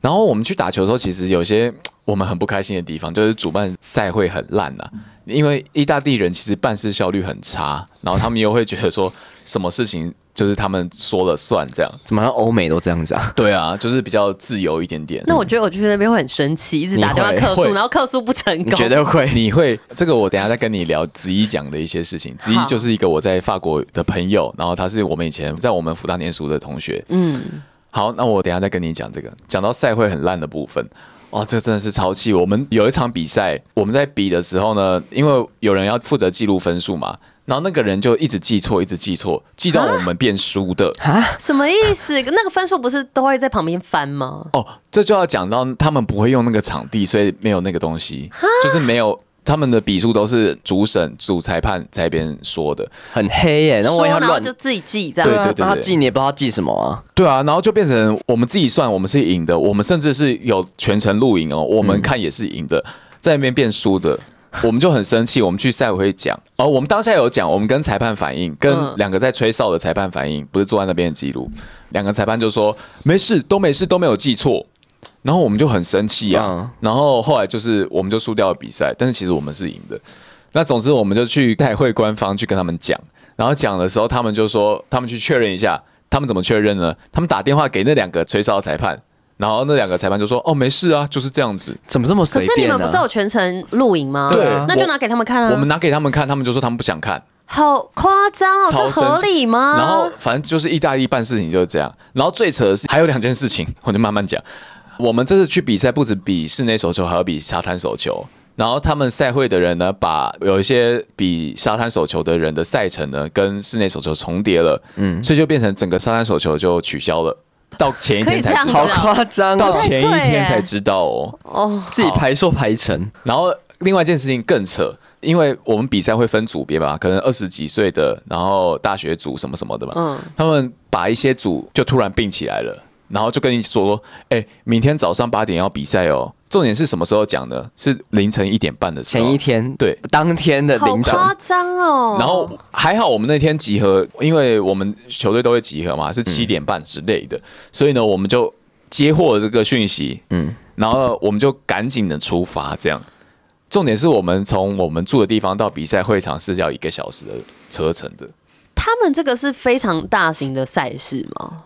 Speaker 2: 然后我们去打球的时候，其实有些我们很不开心的地方，就是主办赛会很烂呐、因为意大利人其实办事效率很差，然后他们又会觉得说什么事情就是他们说了算这样。
Speaker 4: 怎么好像欧美都这样子啊？
Speaker 2: 对啊，就是比较自由一点点。
Speaker 1: 那我觉得我去那边会很生气，一直打电话
Speaker 4: 你会
Speaker 1: 客诉，
Speaker 2: 会
Speaker 1: 然后客诉不成
Speaker 4: 你
Speaker 1: 功。
Speaker 4: 觉得会？
Speaker 2: 你会这个，我等一下再跟你聊子怡讲的一些事情。子怡
Speaker 1: 好
Speaker 2: 就是一个我在法国的朋友，然后他是我们以前在我们福大念书的同学。
Speaker 1: 嗯，
Speaker 2: 好，那我等一下再跟你讲这个。讲到赛会很烂的部分，哦，这真的是超气。我们有一场比赛，我们在比的时候呢，因为有人要负责记录分数嘛，然后那个人就一直记错，一直记错，记到我们变输的。
Speaker 1: 什么意思？那个分数不是都会在旁边翻吗？
Speaker 2: 哦，这就要讲到他们不会用那个场地，所以没有那个东西，就是没有。他们的比数都是主审、主裁判在一边说的，
Speaker 4: 很黑耶、然后
Speaker 1: 说
Speaker 4: 我要
Speaker 1: 然后
Speaker 4: 乱
Speaker 1: 就自己记这样。
Speaker 2: 对
Speaker 4: 啊然后他记你也不知道他记什么啊。
Speaker 2: 对啊，然后就变成我们自己算我们是赢的，我们甚至是有全程录影哦，我们看也是赢的，在那边变输的，我们就很生气，我们去赛委会讲，哦，我们当下有讲，我们跟裁判反映，跟
Speaker 1: 嗯
Speaker 2: 两个在吹哨的裁判反映，不是坐在那边的记录，两个裁判就说没事，都没事，都没有记错。然后我们就很生气啊，
Speaker 4: 嗯
Speaker 2: 然后后来就是我们就输掉了比赛，但是其实我们是赢的。那总之我们就去代会官方去跟他们讲，然后讲的时候他们就说他们去确认一下，他们怎么确认呢？他们打电话给那两个吹哨裁判，然后那两个裁判就说哦没事啊，就是这样子。
Speaker 4: 怎么这么
Speaker 1: 可
Speaker 4: 随
Speaker 1: 是你
Speaker 4: 便啊
Speaker 1: 们
Speaker 4: 呢、
Speaker 1: 不是有全程录影吗？
Speaker 2: 对啊
Speaker 1: 那就拿给他们看啊。
Speaker 2: 我们拿给他们看，他们就说他们不想看，
Speaker 1: 好夸张哦，
Speaker 2: 超
Speaker 1: 这
Speaker 2: 生
Speaker 1: 合
Speaker 2: 气
Speaker 1: 理吗？
Speaker 2: 然后反正就是意大利办事情就是这样。然后最扯的是还有两件事情，我就慢慢讲。我们这次去比赛不止比室内手球，还有比沙滩手球。然后他们赛会的人呢，把有一些比沙滩手球的人的赛程呢，跟室内手球重叠了，嗯，所以就变成整个沙滩手球就取消了。到前一
Speaker 1: 可以
Speaker 2: 天
Speaker 1: 这样
Speaker 2: 才知
Speaker 1: 子
Speaker 2: 道，
Speaker 4: 好
Speaker 1: 啊
Speaker 4: 夸张、
Speaker 2: 到
Speaker 4: 哦，
Speaker 2: 前一
Speaker 1: 对耶
Speaker 2: 天才知道哦。
Speaker 1: 哦，
Speaker 4: 自己排错排成，
Speaker 2: 嗯然后另外一件事情更扯，因为我们比赛会分组别吧，可能二十几岁的，然后大学组什么什么的嘛，
Speaker 1: 嗯
Speaker 2: 他们把一些组就突然并起来了，然后就跟你说，哎，明天早上八点要比赛哦。重点是什么时候讲呢？是凌晨一点半的时候。
Speaker 4: 前一天
Speaker 2: 对
Speaker 4: 当天的
Speaker 1: 好
Speaker 4: 凌晨，
Speaker 1: 夸张哦。
Speaker 2: 然后还好我们那天集合，因为我们球队都会集合嘛，是七点半之类的，所以呢，我们就接获了这个讯息，嗯，然后我们就赶紧的出发，这样。重点是我们从我们住的地方到比赛会场是要一个小时的车程的。
Speaker 1: 他们这个是非常大型的赛事吗？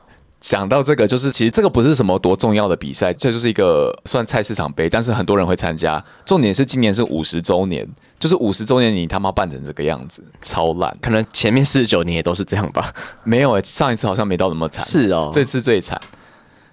Speaker 2: 讲到这个，就是其实这个不是什么多重要的比赛，这就是一个算菜市场杯，但是很多人会参加。重点是今年是五十周年，就是五十周年你他妈办成这个样子，超烂。
Speaker 4: 可能前面四十九年也都是这样吧。
Speaker 2: 没有、欸，上一次好像没到那么惨，
Speaker 4: 是哦
Speaker 2: 这次最惨。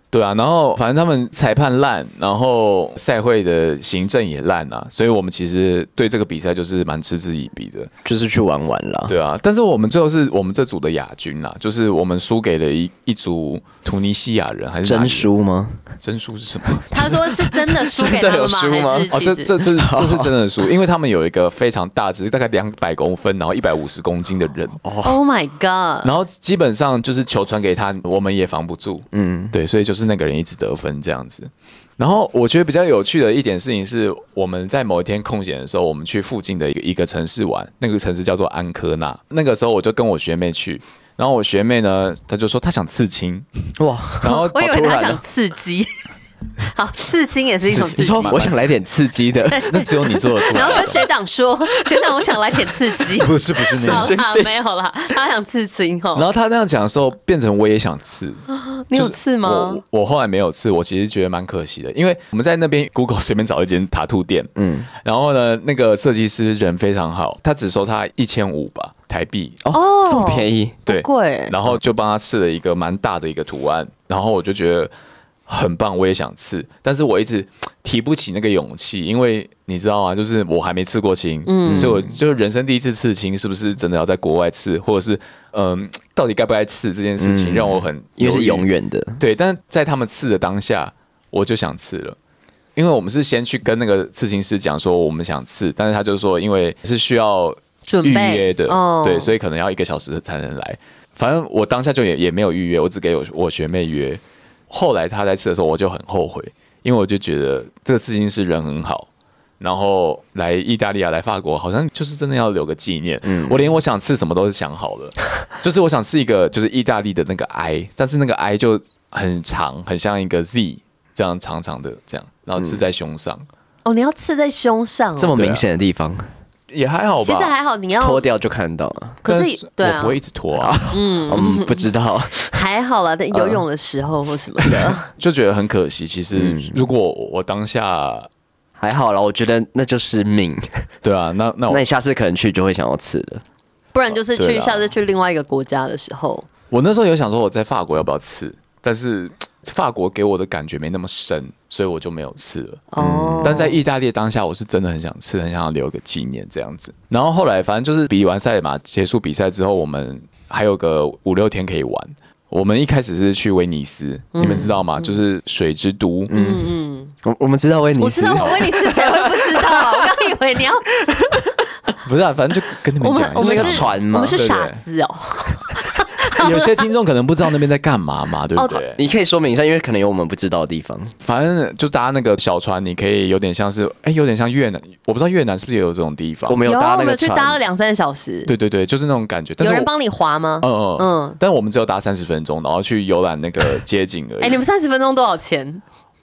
Speaker 2: 对啊，然后反正他们裁判烂，然后赛会的行政也烂啊，所以我们其实对这个比赛就是蛮嗤之以鼻的。
Speaker 4: 就是去玩玩啦。
Speaker 2: 对啊，但是我们最后是我们这组的亚军啦，就是我们输给了一一组突尼西亚人，还是哪
Speaker 4: 真
Speaker 2: 里？
Speaker 4: 输吗？
Speaker 2: 真输是 什么？
Speaker 1: 他说是真的输给他们吗？
Speaker 4: 真的有输吗
Speaker 1: 还是
Speaker 2: 哦，这
Speaker 1: 其实
Speaker 2: 这 是这是真的输，因为他们有一个非常大只，大概两百公分，然后一百五十公斤的人，
Speaker 4: 哦
Speaker 1: ？Oh my god！
Speaker 2: 然后基本上就是球传给他，我们也防不住。嗯，对，所以就是那个人一直得分这样子。然后我觉得比较有趣的一点事情是，我们在某一天空闲的时候，我们去附近的一个一个城市玩，那个城市叫做安科纳。那个时候我就跟我学妹去，然后我学妹呢，她就说她想刺青，
Speaker 4: 哇！
Speaker 2: 然后
Speaker 1: 我以
Speaker 4: 好
Speaker 1: 为
Speaker 4: 突然
Speaker 1: 他
Speaker 4: 啊
Speaker 1: 想刺激， 好刺青也是一种刺激
Speaker 4: 你说。我想来点刺激的，
Speaker 2: 那只有你做得出
Speaker 1: 然后
Speaker 2: 来，
Speaker 1: 跟学长说， 学长，我想来点刺激。
Speaker 2: 不是不 是那
Speaker 1: 好
Speaker 2: 样。
Speaker 1: 啦， 没有啦，他想刺青
Speaker 2: 然
Speaker 1: 哦。
Speaker 2: 后她那样讲的时候，变成我也想刺。
Speaker 1: 你有
Speaker 2: 就是
Speaker 1: 刺吗？
Speaker 2: 我我后来没有刺，我其实觉得蛮可惜的，因为我们在那边 Google 随便找一间塔兔店，嗯，然后呢，那个设计师人非常好，他只收他一千五吧台币，
Speaker 1: 哦
Speaker 4: 这么便宜，
Speaker 2: 对，
Speaker 1: 贵
Speaker 2: 然后就帮他刺了一个蛮大的一个图案，然后我就觉得很棒，我也想刺，但是我一直提不起那个勇气，因为你知道吗？就是我还没刺过青，嗯，所以我就是人生第一次刺青，是不是真的要在国外刺，或者是嗯，到底该不该刺这件事情，让我很
Speaker 4: 因
Speaker 2: 犹
Speaker 4: 为是
Speaker 2: 豫
Speaker 4: 永远的。
Speaker 2: 对，但是在他们刺的当下，我就想刺了，因为我们是先去跟那个刺青师讲说我们想刺，但是他就说因为是需要
Speaker 1: 准
Speaker 2: 预
Speaker 1: 备
Speaker 2: 约的，
Speaker 1: 哦
Speaker 2: 对，所以可能要一个小时才能来。反正我当下就也也没有预约，我只给我我学妹约。后来她在刺的时候，我就很后悔，因为我就觉得这个刺青师人很好。然后来意大利啊，来法国，好像就是真的要留个纪念。
Speaker 1: 嗯
Speaker 2: 我连我想吃什么都是想好了，就是我想吃一个就是意大利的那个 I，但是那个 I 就很长，很像一个 Z，这样长长的这样，然后刺在胸上，
Speaker 1: 哦，你要刺在胸上、哦，
Speaker 4: 这么明显的地方，
Speaker 2: 也还好吧。
Speaker 1: 其实还好，
Speaker 2: 啊
Speaker 1: 你要
Speaker 4: 脱掉就看到了。
Speaker 1: 可
Speaker 2: 但
Speaker 1: 是对
Speaker 2: 我
Speaker 1: 啊
Speaker 2: 不，会一直脱啊，
Speaker 4: 嗯，不知道，
Speaker 1: 还好啦，在
Speaker 2: 嗯
Speaker 1: 游泳的时候或什么 的，
Speaker 2: 就觉得很可惜。其实如果我当下，
Speaker 4: 还好啦，我觉得那就是命。
Speaker 2: 对啊，那那我
Speaker 4: 那你下次可能去就会想要吃了。
Speaker 1: 不然就是
Speaker 2: 对
Speaker 1: 去
Speaker 2: 啦
Speaker 1: 下次去另外一个国家的时候，
Speaker 2: 我那时候有想说我在法国要不要刺，但是法国给我的感觉没那么深，所以我就没有刺了。
Speaker 1: 哦，
Speaker 2: 但在意大利当下，我是真的很想吃，很想要留个纪念这样子。然后后来反正就是比完赛嘛，结束比赛之后，我们还有个五六天可以玩。我们一开始是去威尼斯，
Speaker 1: 嗯
Speaker 2: 你们知道吗？就是水之都。嗯，
Speaker 4: 我我们知道威尼
Speaker 1: 我
Speaker 4: 斯
Speaker 1: 知，道 我问你是谁会不知道啊？我刚以为你要
Speaker 2: 不是、啊，反正就跟你
Speaker 1: 我
Speaker 2: 们
Speaker 1: 们
Speaker 2: 讲
Speaker 1: 我们
Speaker 2: 一下
Speaker 4: 那。个
Speaker 1: 是
Speaker 4: 船
Speaker 1: 我
Speaker 4: 吗
Speaker 1: 们是
Speaker 2: 对对
Speaker 1: 傻子哦，
Speaker 2: 有些听众可能不知道那边在干嘛嘛，
Speaker 1: 哦
Speaker 2: 对不对？
Speaker 4: 你可以说明一下，因为可能有我们不知道的地方。
Speaker 2: 反正就搭那个小船，你可以有点像是，哎、有点像越南，我不知道越南是不是也有这种地方
Speaker 4: 我。们搭
Speaker 1: 啊我
Speaker 4: 那个
Speaker 1: 们去
Speaker 4: 船，
Speaker 1: 搭了两三个小时，
Speaker 2: 对对对，就是那种感觉。但
Speaker 1: 有
Speaker 2: 是
Speaker 1: 人
Speaker 2: 我，
Speaker 1: 帮你划吗？
Speaker 2: 嗯嗯
Speaker 1: 嗯
Speaker 2: 嗯，但我们只有搭三十分钟，然后去游览那个街景而已。
Speaker 1: 哎、你们三十分钟多少 钱？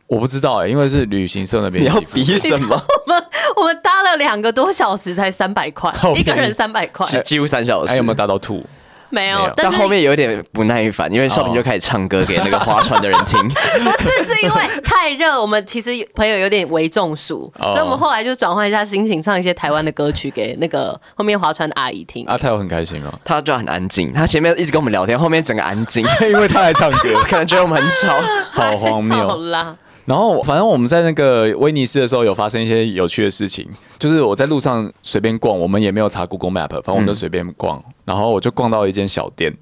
Speaker 2: 我不知道哎、因为是旅行社那边
Speaker 4: 你要
Speaker 2: 起付
Speaker 4: 比什 么？
Speaker 1: 我们我们搭了两个多小时才三百块
Speaker 2: 好，便
Speaker 1: 一
Speaker 2: 宜
Speaker 1: 个人三百块，
Speaker 4: 几几乎三小时。
Speaker 2: 哎还有没有搭到吐？
Speaker 1: 没
Speaker 2: 没
Speaker 1: 有
Speaker 2: 有。
Speaker 1: 但
Speaker 4: 但
Speaker 1: 是
Speaker 4: 后面有点不耐烦，因为少平
Speaker 2: 哦
Speaker 4: 就开始唱歌给那个划船的人 听。？
Speaker 1: 不 是是因为太热，我们其实朋友有点微中暑，
Speaker 2: 哦
Speaker 1: 所以我们后来就转换一下心情，唱一些台湾的歌曲给那个后面划船的阿姨听。
Speaker 2: 阿泰有很开心吗
Speaker 4: 他就很哦安静，他前面一直跟我们聊天，后面整个安静，
Speaker 2: 因为他来唱歌，
Speaker 4: 可能觉得我们很吵。
Speaker 2: 好荒
Speaker 1: 好
Speaker 2: 谬。
Speaker 1: 啦，
Speaker 2: 然后反正我们在那个威尼斯的时候，有发生一些有趣的事情，就是我在路上随便逛，我们也没有查 Google Map，反正我们就随便逛，然后我就逛到一间小店。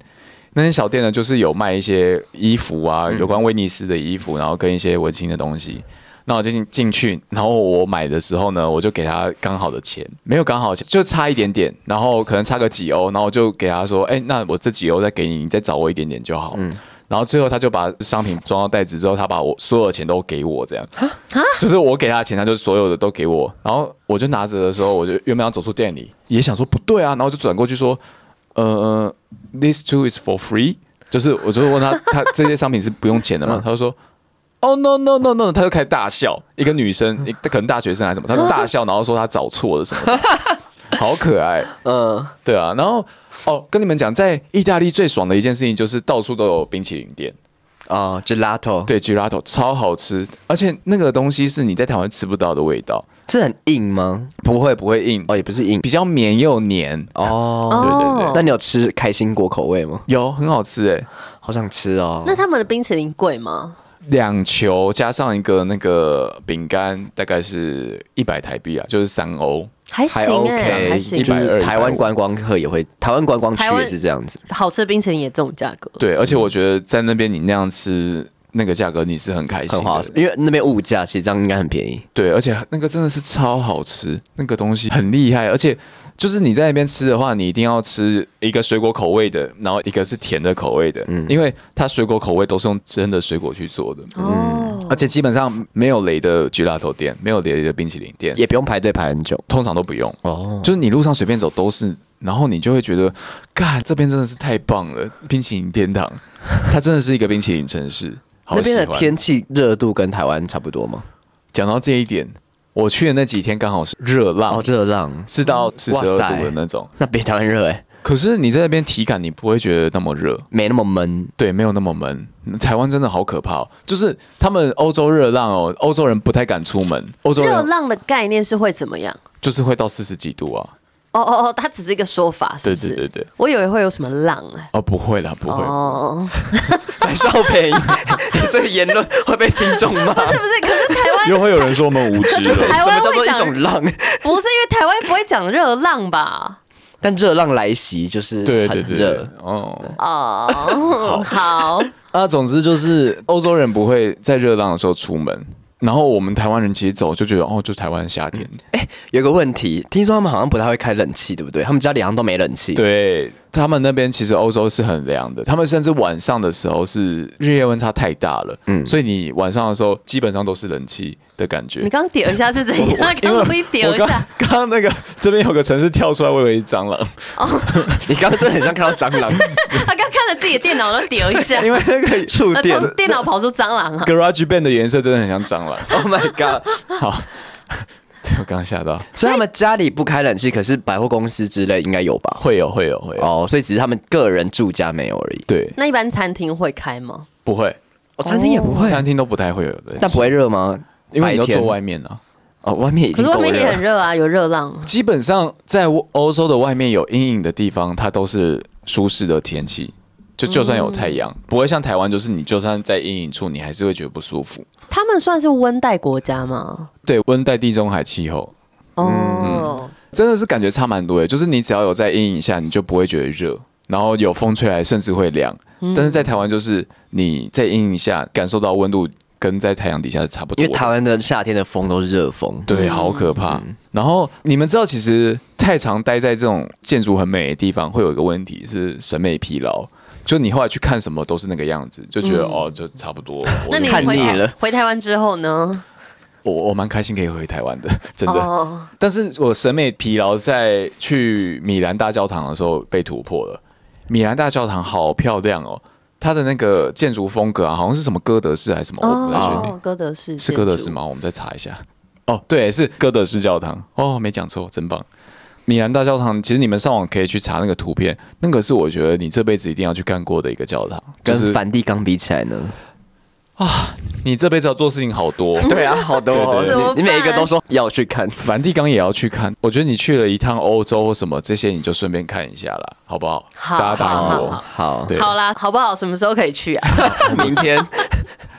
Speaker 2: 那间小店呢，就是有卖一些衣服啊，有关威尼斯的衣服，然后跟一些文青的东西。那我就进进去，然后我买的时候呢，我就给他刚好的钱，没有刚好的钱，就差一点点，然后可能差个几欧，然后我就给他说，哎、那我这几欧再给你，你再找我一点点就好。然后最后他就把商品装到袋子之后，他把我所有的钱都给我，这样，就是我给他的钱，他就所有的都给我。然后我就拿着的时候，我就原本要走出店里，也想说不对啊，然后我就转过去说，呃，this too is for free，就是我就问他，他这些商品是不用钱的吗？他就说。哦、no no no no！他就开始大笑，一个女生，一可能大学生还是什么，她就大笑，然后说她找错了什么什么好可爱。
Speaker 4: 嗯，
Speaker 2: 对啊，然后哦，跟你们讲，在意大利最爽的一件事情就是到处都有冰淇淋店，
Speaker 4: 哦，就拉头，，
Speaker 2: 对，gelato 超好吃，而且那个东西是你在台湾吃不到的味道，
Speaker 4: 这很硬吗？
Speaker 2: 不会不会硬，
Speaker 4: 哦，也不是硬
Speaker 2: 比较绵又黏，
Speaker 4: 哦。
Speaker 1: 哦
Speaker 2: 对对对
Speaker 4: 那你有吃开心果口味吗？
Speaker 2: 有很好吃哎、
Speaker 4: 好想吃哦。
Speaker 1: 那他们的冰淇淋贵吗？
Speaker 2: 两球加上一个那个饼干，大概是一百台币啊，就是三欧。
Speaker 1: 还
Speaker 4: 还
Speaker 1: 行哎、
Speaker 4: OK，
Speaker 1: 还
Speaker 4: 一
Speaker 1: 行。
Speaker 4: 百
Speaker 2: 120
Speaker 4: 台湾观光客也会，台湾观光区
Speaker 1: 台湾
Speaker 4: 也是这样子。
Speaker 1: 好吃的冰淇淋也这种价格，
Speaker 2: 对，而且
Speaker 4: 嗯
Speaker 2: 我觉得在那边你那样吃那个价格，你是很开心
Speaker 4: 很划
Speaker 2: 的。
Speaker 4: 算，因为那边物价其实这样应该很便宜。
Speaker 2: 对，而且那个真的是超好吃，那个东西很厉害，而且就是你在那边吃的话，你一定要吃一个水果口味的，然后一个是甜的口味的，
Speaker 4: 嗯
Speaker 2: 因为它水果口味都是用真的水果去做的，
Speaker 1: 哦，
Speaker 2: 而且基本上没有雷的焗辣头店，没有雷的冰淇淋店，
Speaker 4: 也不用排队排很久。
Speaker 2: 通常都不用，
Speaker 4: 哦，
Speaker 2: 就是你路上随便走都是，然后你就会觉得，干这边真的是太棒了，冰淇淋天堂，它真的是一个冰淇淋城市。好
Speaker 4: 那边的
Speaker 2: 喜欢
Speaker 4: 天气热度跟台湾差不多吗？
Speaker 2: 讲到这一点，我去的那几天刚好是热浪，
Speaker 4: 哦，热浪，
Speaker 2: 是到四十
Speaker 4: 哇
Speaker 2: 二
Speaker 4: 塞
Speaker 2: 度的那种。
Speaker 4: 那比台湾热哎，
Speaker 2: 可是你在那边体感，你不会觉得那么热，
Speaker 4: 没那么 闷。
Speaker 2: 对，没有那么闷。台湾真的好可怕、哦，就是他们欧洲热浪哦，欧洲人不太敢出门，欧洲
Speaker 1: 热
Speaker 2: 人
Speaker 1: 浪的概念是会怎么样？
Speaker 2: 就是会到四十几度啊。
Speaker 1: 哦哦哦，它只是一个说法，是
Speaker 2: 对
Speaker 1: 不是？
Speaker 2: 对对对，
Speaker 1: 我以为会有什么浪哎、
Speaker 2: 哦，不会啦，不会。
Speaker 1: 哦，
Speaker 4: 白少 平，你这个言论会被听众骂。
Speaker 1: 不是不是，可是台湾
Speaker 2: 又会有人说我们无 知
Speaker 1: 可是台
Speaker 2: 了，
Speaker 4: 什么
Speaker 1: 湾
Speaker 4: 叫
Speaker 1: 会
Speaker 4: 做一
Speaker 1: 讲
Speaker 4: 种浪？
Speaker 1: 不是因为台湾不会讲热浪吧？
Speaker 4: 但热浪来袭就是
Speaker 2: 对
Speaker 4: 很
Speaker 2: 对对，对
Speaker 4: 热。
Speaker 2: 哦。
Speaker 1: 哦，好，
Speaker 2: 啊，总之就是欧洲人不会在热浪的时候出门，然后我们台湾人其实走就觉得哦，就台湾夏天，
Speaker 4: 嗯哎有个问题，听说他们好像不太会开冷气，对不对？他们家里好像都没冷气。，
Speaker 2: 对他们那边其实欧洲是很凉的，他们甚至晚上的时候是日夜温差太大了，嗯，所以你晚上的时候基本上都是冷气，的感觉
Speaker 1: 你。刚点一下是怎样？
Speaker 2: 因
Speaker 1: 刚
Speaker 2: 为
Speaker 1: 刚一点
Speaker 2: 我
Speaker 1: 一
Speaker 2: 刚
Speaker 1: 下，
Speaker 2: 刚刚那个这边有个城市跳出来，我以为是蟑 螂，
Speaker 4: 你刚刚真的很像看到蟑螂，
Speaker 1: 他刚看了自己的电脑都点一下，
Speaker 2: 因为那个触
Speaker 1: 那 从
Speaker 4: 哦
Speaker 1: 电脑跑出蟑螂啊！
Speaker 2: Garage Band 的颜色真的很像蟑 螂。
Speaker 4: Oh my god！
Speaker 2: 好，我刚吓到，
Speaker 4: 所以他们家里不开冷气，可是百货公司之类应该有吧？
Speaker 2: 会有会有会有，
Speaker 4: 哦，所以只是他们个人住家没有而已。
Speaker 2: 对，
Speaker 1: 那一般餐厅会开吗？
Speaker 2: 不会，
Speaker 4: 哦，餐厅也不会，
Speaker 2: 餐厅都不太会有的，
Speaker 4: 但不会热吗？
Speaker 2: 因为你要
Speaker 4: 白天
Speaker 2: 坐外面啊。
Speaker 4: 哦，外面已
Speaker 1: 可
Speaker 4: 经
Speaker 1: 是外
Speaker 4: 够
Speaker 1: 面也
Speaker 4: 热
Speaker 1: 很
Speaker 4: 了。
Speaker 1: 热啊，有热浪。
Speaker 2: 基本上在欧洲的外面有阴影的地方，它都是舒适的天气，就就算有太阳，不会像台湾，就是你就算在阴影处，你还是会觉得不舒服。
Speaker 1: 他们算是温带国家吗？
Speaker 2: 对，温带地中海气候嗯
Speaker 1: 哦，
Speaker 2: 真的是感觉差蛮多的，就是你只要有在阴影下，你就不会觉得热，然后有风吹来甚至会凉。但是在台湾，就是你在阴影下感受到温度跟在太阳底下是差不多
Speaker 4: 因
Speaker 2: 的，
Speaker 4: 为台湾的夏天的风都是热风，
Speaker 2: 对，好可怕。然后你们知道，其实太常待在这种建筑很美的地方，会有一个问题是审美疲劳。就你后来去看什么都是那个样子，就觉得、哦，就差不多。我
Speaker 1: 那你
Speaker 4: 看
Speaker 1: 回
Speaker 4: 腻
Speaker 1: 台
Speaker 4: 了
Speaker 1: 回台湾之后呢？
Speaker 2: 我我蛮开心可以回台湾的，真的。
Speaker 1: 哦，
Speaker 2: 但是我审美疲劳在去米兰大教堂的时候被突破了。米兰大教堂好漂亮哦，它的那个建筑风格啊，好像是什么哥德式还是什么，我不太确定，
Speaker 1: 哦，哥德式
Speaker 2: 是哥德式
Speaker 1: 建筑？
Speaker 2: 吗？我们再查一下。哦，对，是哥德式教堂。哦，没讲错，真棒。米兰大教堂，其实你们上网可以去查那个图片，那个是我觉得你这辈子一定要去看过的一个教堂。就
Speaker 4: 跟
Speaker 2: 是
Speaker 4: 梵蒂冈比起来呢？
Speaker 2: 你这辈子要做事情 好多，
Speaker 4: 对啊，好多
Speaker 2: 对对
Speaker 1: 对
Speaker 4: 哦，你你每一个都说要去看，
Speaker 2: 梵蒂冈也要去看。我觉得你去了一趟欧洲或什么这些，你就顺便看一下啦，好不好？
Speaker 1: 好
Speaker 2: 大家答应我。
Speaker 1: 好
Speaker 4: 哦好，
Speaker 2: 对
Speaker 1: 好啦，好不好？什么时候可以去啊？
Speaker 4: 明天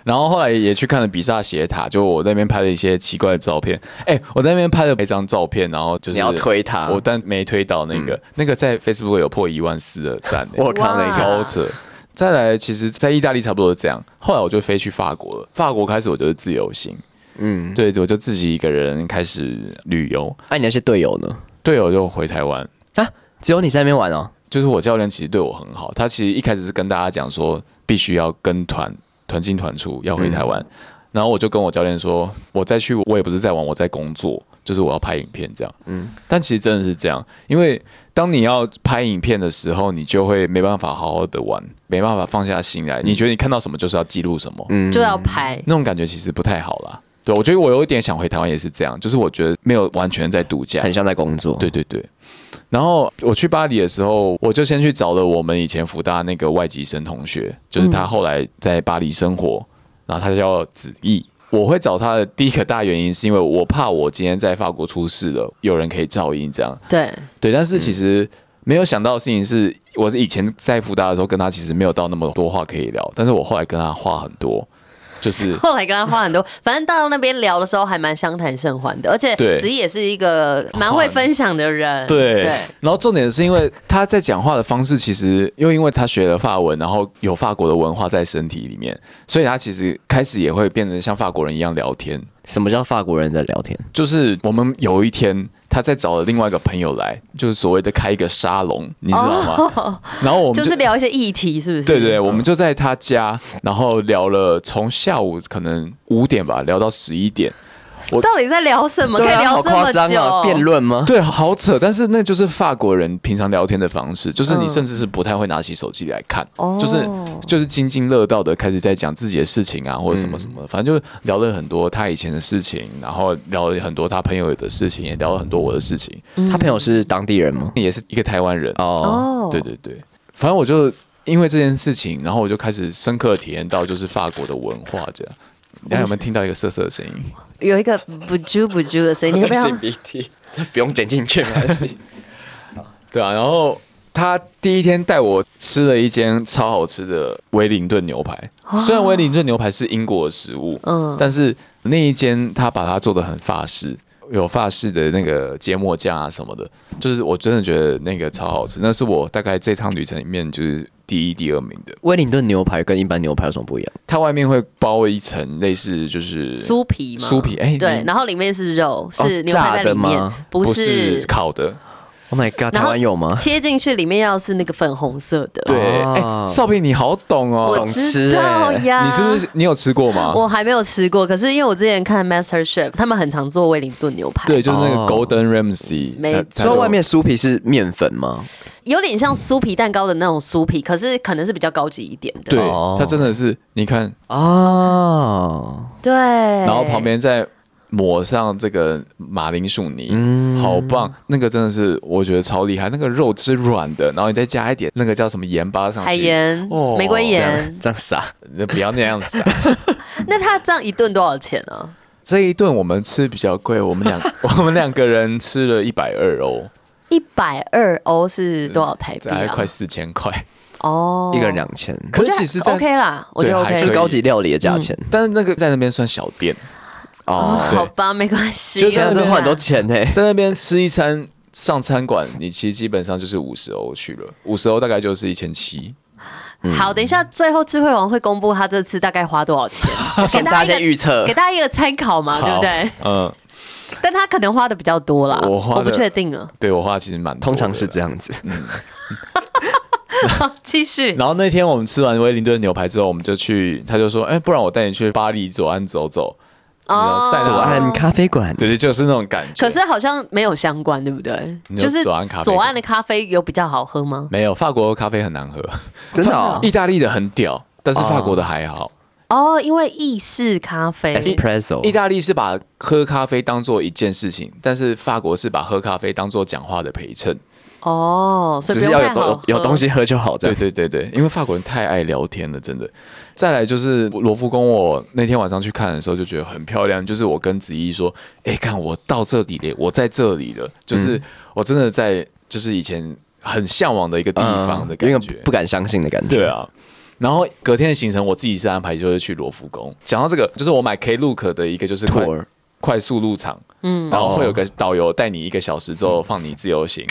Speaker 2: 然后后来也去看了比萨斜塔，就我在那边拍了一些奇怪的照片。哎、我在那边拍了一张照片，然后就是
Speaker 4: 你要推嗯它
Speaker 2: 我但没推到那个，那个在 Facebook 有破一万四的赞、 欸，
Speaker 4: 我看了一
Speaker 1: 哇
Speaker 4: 下，
Speaker 2: 超扯。再来，其实，在意大利差不多是这样。后来我就飞去法国了，法国开始我就是自由行，
Speaker 4: 嗯，
Speaker 2: 对，我就自己一个人开始旅游。
Speaker 4: 那啊你那些队友呢？
Speaker 2: 队友就回台湾，
Speaker 4: 啊，只有你在那边玩哦。
Speaker 2: 就是我教练其实对我很好，他其实一开始是跟大家讲说必须要跟团团进团出，要回台湾。然后我就跟我教练说，我再去我也不是在玩，我在工作，就是我要拍影片这样。嗯，但其实真的是这样，因为当你要拍影片的时候，你就会没办法好好的玩，没办法放下心来。你觉得你看到什么就是要记录什么，
Speaker 4: 嗯
Speaker 1: 就要拍。
Speaker 2: 那种感觉其实不太好啦。对，我觉得我有一点想回台湾也是这样，就是我觉得没有完全在度假，
Speaker 4: 很像在工作。
Speaker 2: 对，对对。然后我去巴黎的时候，我就先去找了我们以前福大那个外籍生同学，就是他后来在巴黎生活，然后他叫子毅。我会找他的第一个大原因是因为我怕我今天在法国出事了，有人可以照应这样。
Speaker 1: 对，
Speaker 2: 对，但是其实没有想到的事情是，我是以前在福大的时候跟他其实没有到那么多话可以聊，但是我后来跟他话很多，就是
Speaker 1: 后来跟他花很多，反正到那边聊的时候还蛮相谈甚欢的，而且
Speaker 2: 对
Speaker 1: 子怡也是一个蛮会分享的人。
Speaker 2: 对，
Speaker 1: 对，
Speaker 2: 然后重点是因为他在讲话的方式，其实又因为他学了法文，然后有法国的文化在身体里面，所以他其实开始也会变得像法国人一样聊天。
Speaker 4: 什么叫法国人的聊天？
Speaker 2: 就是我们有一天，他在找了另外一个朋友来，就是所谓的开一个沙龙，你知道吗？然后我们
Speaker 1: 哦就是聊一些议题，是不是？
Speaker 2: 对对，我们就在他家，然后聊了从下午可能五点吧，聊到十一点。我
Speaker 1: 到底在聊什么？可以
Speaker 4: 对啊
Speaker 1: 聊
Speaker 4: 好
Speaker 1: 这
Speaker 4: 夸
Speaker 1: 么
Speaker 4: 张哦，
Speaker 1: 久？
Speaker 4: 辩论 吗？
Speaker 2: 对，好扯，但是那就是法国人平常聊天的方式，就是你甚至是不太会拿起手机来看，
Speaker 1: 哦
Speaker 2: 就是就是津津乐道的开始在讲自己的事情啊，或者什么什么的，反正就是聊了很多他以前的事情，然后聊了很多他朋友的事情，也聊了很多我的事情，
Speaker 4: 他朋友是当地人吗？
Speaker 2: 也是一个台湾人，
Speaker 1: 哦，
Speaker 4: 哦，
Speaker 2: 对对对，反正我就因为这件事情，然后我就开始深刻地体验到就是法国的文化这样。大家有没有听到一个涩涩的声音？
Speaker 1: 有一个不啾不啾的声音，你要不要？
Speaker 4: 鼻涕，这 不用剪进去没关系。
Speaker 2: 对啊，然后他第一天带我吃了一间超好吃的威灵顿牛排，虽然威灵顿牛排是英国的食物，
Speaker 1: 哦嗯
Speaker 2: 但是那一间他把它做的很法式，有法式的那个芥末酱啊什么的，就是我真的觉得那个超好吃，那是我大概这趟旅程里面就是第一、第二名的。
Speaker 4: 威灵顿牛排跟一般牛排有什么不一样？
Speaker 2: 它外面会包一层类似就是
Speaker 1: 酥皮吗？
Speaker 2: 酥皮哎
Speaker 1: 对
Speaker 2: 你，
Speaker 1: 然后里面是肉，是
Speaker 4: 哦
Speaker 1: 牛排在
Speaker 4: 炸的
Speaker 1: 里面
Speaker 4: 吗，
Speaker 1: 不
Speaker 2: 不是烤的，
Speaker 4: Oh my god，
Speaker 1: 然
Speaker 4: 台
Speaker 1: 后
Speaker 4: 湾有吗？
Speaker 1: 切进去里面要是那个粉红色的，
Speaker 2: 对，哎、
Speaker 4: 哦
Speaker 2: 少平你好懂
Speaker 1: 我
Speaker 2: 哦，
Speaker 1: 知道
Speaker 4: 懂吃
Speaker 1: 呀。
Speaker 2: 你是不是你有吃过吗？
Speaker 1: 我还没有吃过，可是因为我之前看 Master Chef，他们很常做威灵顿牛排，
Speaker 2: 对，就是那个
Speaker 4: 哦
Speaker 2: Golden Ramsy，
Speaker 1: 没
Speaker 2: 它
Speaker 1: 错
Speaker 2: 它
Speaker 4: 知道外面酥皮是面粉吗？
Speaker 1: 有点像酥皮蛋糕的那种酥皮，可是可能是比较高级一点的。
Speaker 2: 对
Speaker 4: 哦，
Speaker 2: 它真的是你看，
Speaker 4: 哦，
Speaker 1: 对，
Speaker 2: 然
Speaker 1: 然
Speaker 2: 后旁边再抹上这个马铃薯泥，
Speaker 4: 哎
Speaker 2: 好棒！那个真的是我觉得超厉害，那个肉是软的，然后你再加一点那个叫什么盐巴上去，
Speaker 1: 海盐、
Speaker 2: 哦
Speaker 1: 玫瑰
Speaker 4: 这
Speaker 1: 盐
Speaker 4: 样，这样撒
Speaker 2: 呃不要那样子、 啊。
Speaker 1: 那它这样一顿多少钱啊？
Speaker 2: 这一顿我们吃比较贵，我们两我们两个人吃了一百二哦，
Speaker 1: 一百二欧是多少台币
Speaker 2: 这嗯还
Speaker 1: 啊？
Speaker 2: 快四千块。
Speaker 1: 哦，
Speaker 4: 一个人两千，
Speaker 2: 可
Speaker 1: 我
Speaker 2: 是
Speaker 1: 觉得
Speaker 2: 其实在
Speaker 1: OK 啦，我觉得
Speaker 2: 对还可
Speaker 4: 就
Speaker 1: OK
Speaker 2: 以。
Speaker 4: 高级料理的价钱
Speaker 2: 但是那个在那边算小店，
Speaker 1: 哦，
Speaker 4: 哦。
Speaker 1: 好吧，没关系。
Speaker 2: 就
Speaker 4: 这样真的花很多钱呢。
Speaker 2: 在那边吃一餐上餐馆，你其实基本上就是五十欧去了，五十欧大概就是一千七。
Speaker 1: 好，等一下，最后智慧王会公布他这次大概花多少钱，
Speaker 4: 先大家先预测
Speaker 1: 给大家一个参考嘛，啊对不对？
Speaker 2: 嗯，
Speaker 1: 但他可能花的比较多啦，
Speaker 2: 我花
Speaker 1: 不
Speaker 2: 的
Speaker 1: 确定啊了。
Speaker 2: 对我花其实蛮多的
Speaker 4: 通常是这。样子。
Speaker 1: 嗯好继续，
Speaker 2: 然后那天我们吃完威灵顿牛排之后，我们就去，他就说，哎、不然我带你去巴黎左岸走走，
Speaker 1: 哦
Speaker 2: 塞纳河
Speaker 4: 左岸咖啡馆，
Speaker 2: 对对，就是那种感觉。
Speaker 1: 可是好像没有相关，对不对？
Speaker 2: 你
Speaker 1: 就
Speaker 2: 有
Speaker 1: 是
Speaker 2: 左岸咖啡
Speaker 1: 左岸的咖啡有比较好喝吗？
Speaker 2: 没有，法国咖啡很难喝，
Speaker 4: 真的哦
Speaker 2: 意大利的很屌，但是法国的还好。
Speaker 1: 哦，因为意式咖啡。
Speaker 4: ，espresso
Speaker 2: 意大利是把喝咖啡当做一件事情，但是法国是把喝咖啡当做讲话的陪衬。
Speaker 1: 哦，所以不
Speaker 4: 只是
Speaker 1: 用
Speaker 4: 要
Speaker 1: 太
Speaker 4: 有
Speaker 1: 好
Speaker 4: 东
Speaker 1: 喝
Speaker 4: 有东西喝就好，这
Speaker 2: 对
Speaker 4: 样
Speaker 2: 对对对，因为法国人太爱聊天了，真的。再来就是罗浮宫，我那天晚上去看的时候就觉得很漂亮。就是我跟子怡说：“哎、看我到这里了，我在这里了。”
Speaker 4: 嗯
Speaker 2: 就是我真的在，就是以前很向往的一个地方的
Speaker 4: 有一
Speaker 2: 感
Speaker 4: 个
Speaker 2: 觉。
Speaker 4: 嗯不敢相信的感觉。
Speaker 2: 对，啊。然后隔天的行程，我自己是安排就是去罗浮宫。讲到这个，就是我买 Klook 的一个就是快
Speaker 4: Tour
Speaker 2: 快速入场，嗯，然后会有个导游带你一个小时之后放你自由行。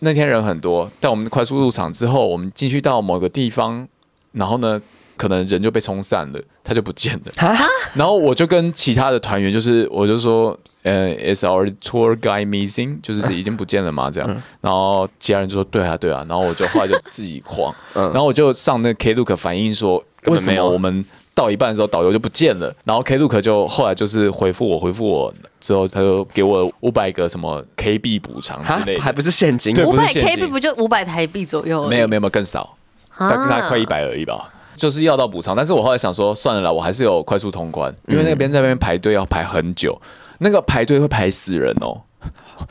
Speaker 2: 那天人很多，但我们快速入场之后，我们进去到某个地方，然后呢，可能人就被冲散了，他就不见了。 然后我就跟其他的团员，就是我就说，呃，is our tour guide missing？就是已经不见了嘛，这
Speaker 4: 嗯
Speaker 2: 样。然后其他人就说，对啊，对啊。然后我就后来就自己 慌，然后我就上那个 Klook 反映说，
Speaker 4: 嗯本
Speaker 2: 为什
Speaker 4: 没
Speaker 2: 么
Speaker 4: 有
Speaker 2: 我们到一半的时候导游就不见了？然后 Klook 就后来就是回复我，回复我之后，他就给我五百个什么 KB 补偿之
Speaker 4: 哈
Speaker 2: 类
Speaker 4: 还
Speaker 2: 的。
Speaker 4: 不是现金，
Speaker 2: 对
Speaker 1: 呃五
Speaker 2: 不
Speaker 1: 百
Speaker 2: 是现
Speaker 1: KB
Speaker 2: 金
Speaker 1: 不就五百台币左右？啊
Speaker 2: 没有没有没有更少，
Speaker 1: 有
Speaker 2: 大大概快一。百而已吧。就是要到补偿，但是我后来想说，算了啦，我还是有快速通关，因为那边在那边排队要排很久，那个排队会排死人哦，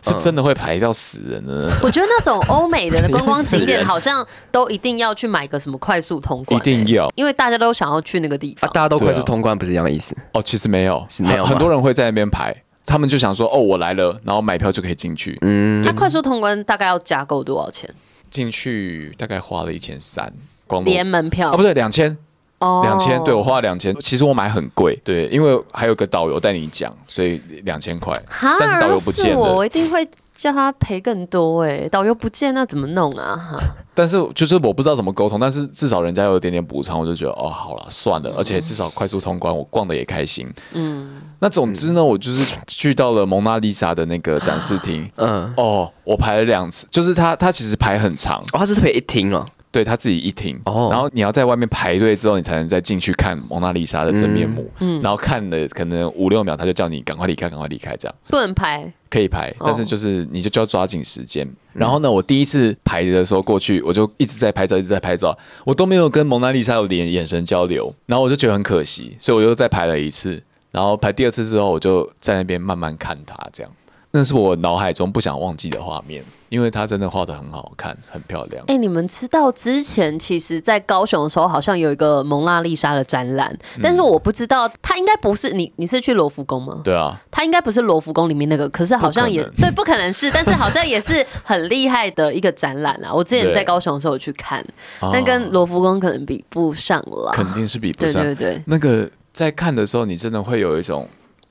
Speaker 2: 是真的会排到死人哦的那种，
Speaker 1: 我觉得那种欧美 的观光景点好像都一定要去买个什么快速通关、欸
Speaker 2: 一定要
Speaker 1: 因为大家都想要去那个地
Speaker 4: 啊，
Speaker 1: 方。
Speaker 4: 大家都
Speaker 2: 对
Speaker 4: 快
Speaker 2: 啊
Speaker 4: 速通关，不是一样的意思？
Speaker 2: 哦。其实没有，
Speaker 4: 是没有
Speaker 2: 很
Speaker 4: 吗
Speaker 2: 很多人会在那边排，他们就想说，哦，我来了，然后买票就可以进去，
Speaker 1: 它快速通关大概要加购多少钱？
Speaker 2: 进去大概花了一千三，光路
Speaker 1: 连门票
Speaker 2: 哦不对，两千
Speaker 1: 哦
Speaker 2: 两千，对我花了两千，其实我买很贵，对，因为还有个导游带你讲，所以两千块，
Speaker 1: 哈，
Speaker 2: 但是导游不见
Speaker 1: 如果是我，
Speaker 2: 了
Speaker 1: 我一定会叫他赔更多哎、导游不见那怎么弄啊？哈，
Speaker 2: 但是就是我不知道怎么沟通，但是至少人家有一点点补偿，我就觉得哦，好了，算
Speaker 4: 嗯
Speaker 2: 了，而且至少快速通关，我逛的也开心。嗯，那总之呢，我就是去去到了蒙娜丽莎的那个展示厅。
Speaker 4: 嗯，
Speaker 2: 哦，我排了两次，就是他他其实排很长，
Speaker 4: 哦，它是特别一听哦，
Speaker 2: 对他自己一停，
Speaker 4: 哦
Speaker 2: 然后你要在外面排队之后，你才能再进去看蒙娜丽莎的真面目。
Speaker 4: 嗯
Speaker 2: 然后看了可能五六秒，他就叫你赶快离开，赶快离开这样。
Speaker 1: 不能排
Speaker 2: 可以排，但是就是你就就要抓紧时间。然后呢，我第一次排的时候过去，我就一直在拍照，一直在拍照，我都没有跟蒙娜丽莎有眼眼神交流，然后我就觉得很可惜，所以我又再排了一次。然后排第二次之后，我就在那边慢慢看她，这样，那是我脑海中不想忘记的画面，因为她真的画的很好看，很漂亮。
Speaker 1: 哎、你们知道之前其实，在高雄的时候，好像有一个蒙娜丽莎的展览，
Speaker 2: 嗯
Speaker 1: 但是我不知道，它应该不是你，你是去罗浮宫吗？
Speaker 2: 对啊，
Speaker 1: 它应该不是罗浮宫里面那个，可是好像也
Speaker 2: 不可
Speaker 1: 对，不可能是，但是好像也是很厉害的一个展览啊啦。我之前
Speaker 2: 对哦
Speaker 1: 在高雄的时候有去看，但跟罗浮宫可能比不上
Speaker 2: 肯
Speaker 1: 啦。
Speaker 2: 定是比不
Speaker 1: 对
Speaker 2: 上。
Speaker 1: 对对，
Speaker 2: 那个在看的时候，你真的会有一种。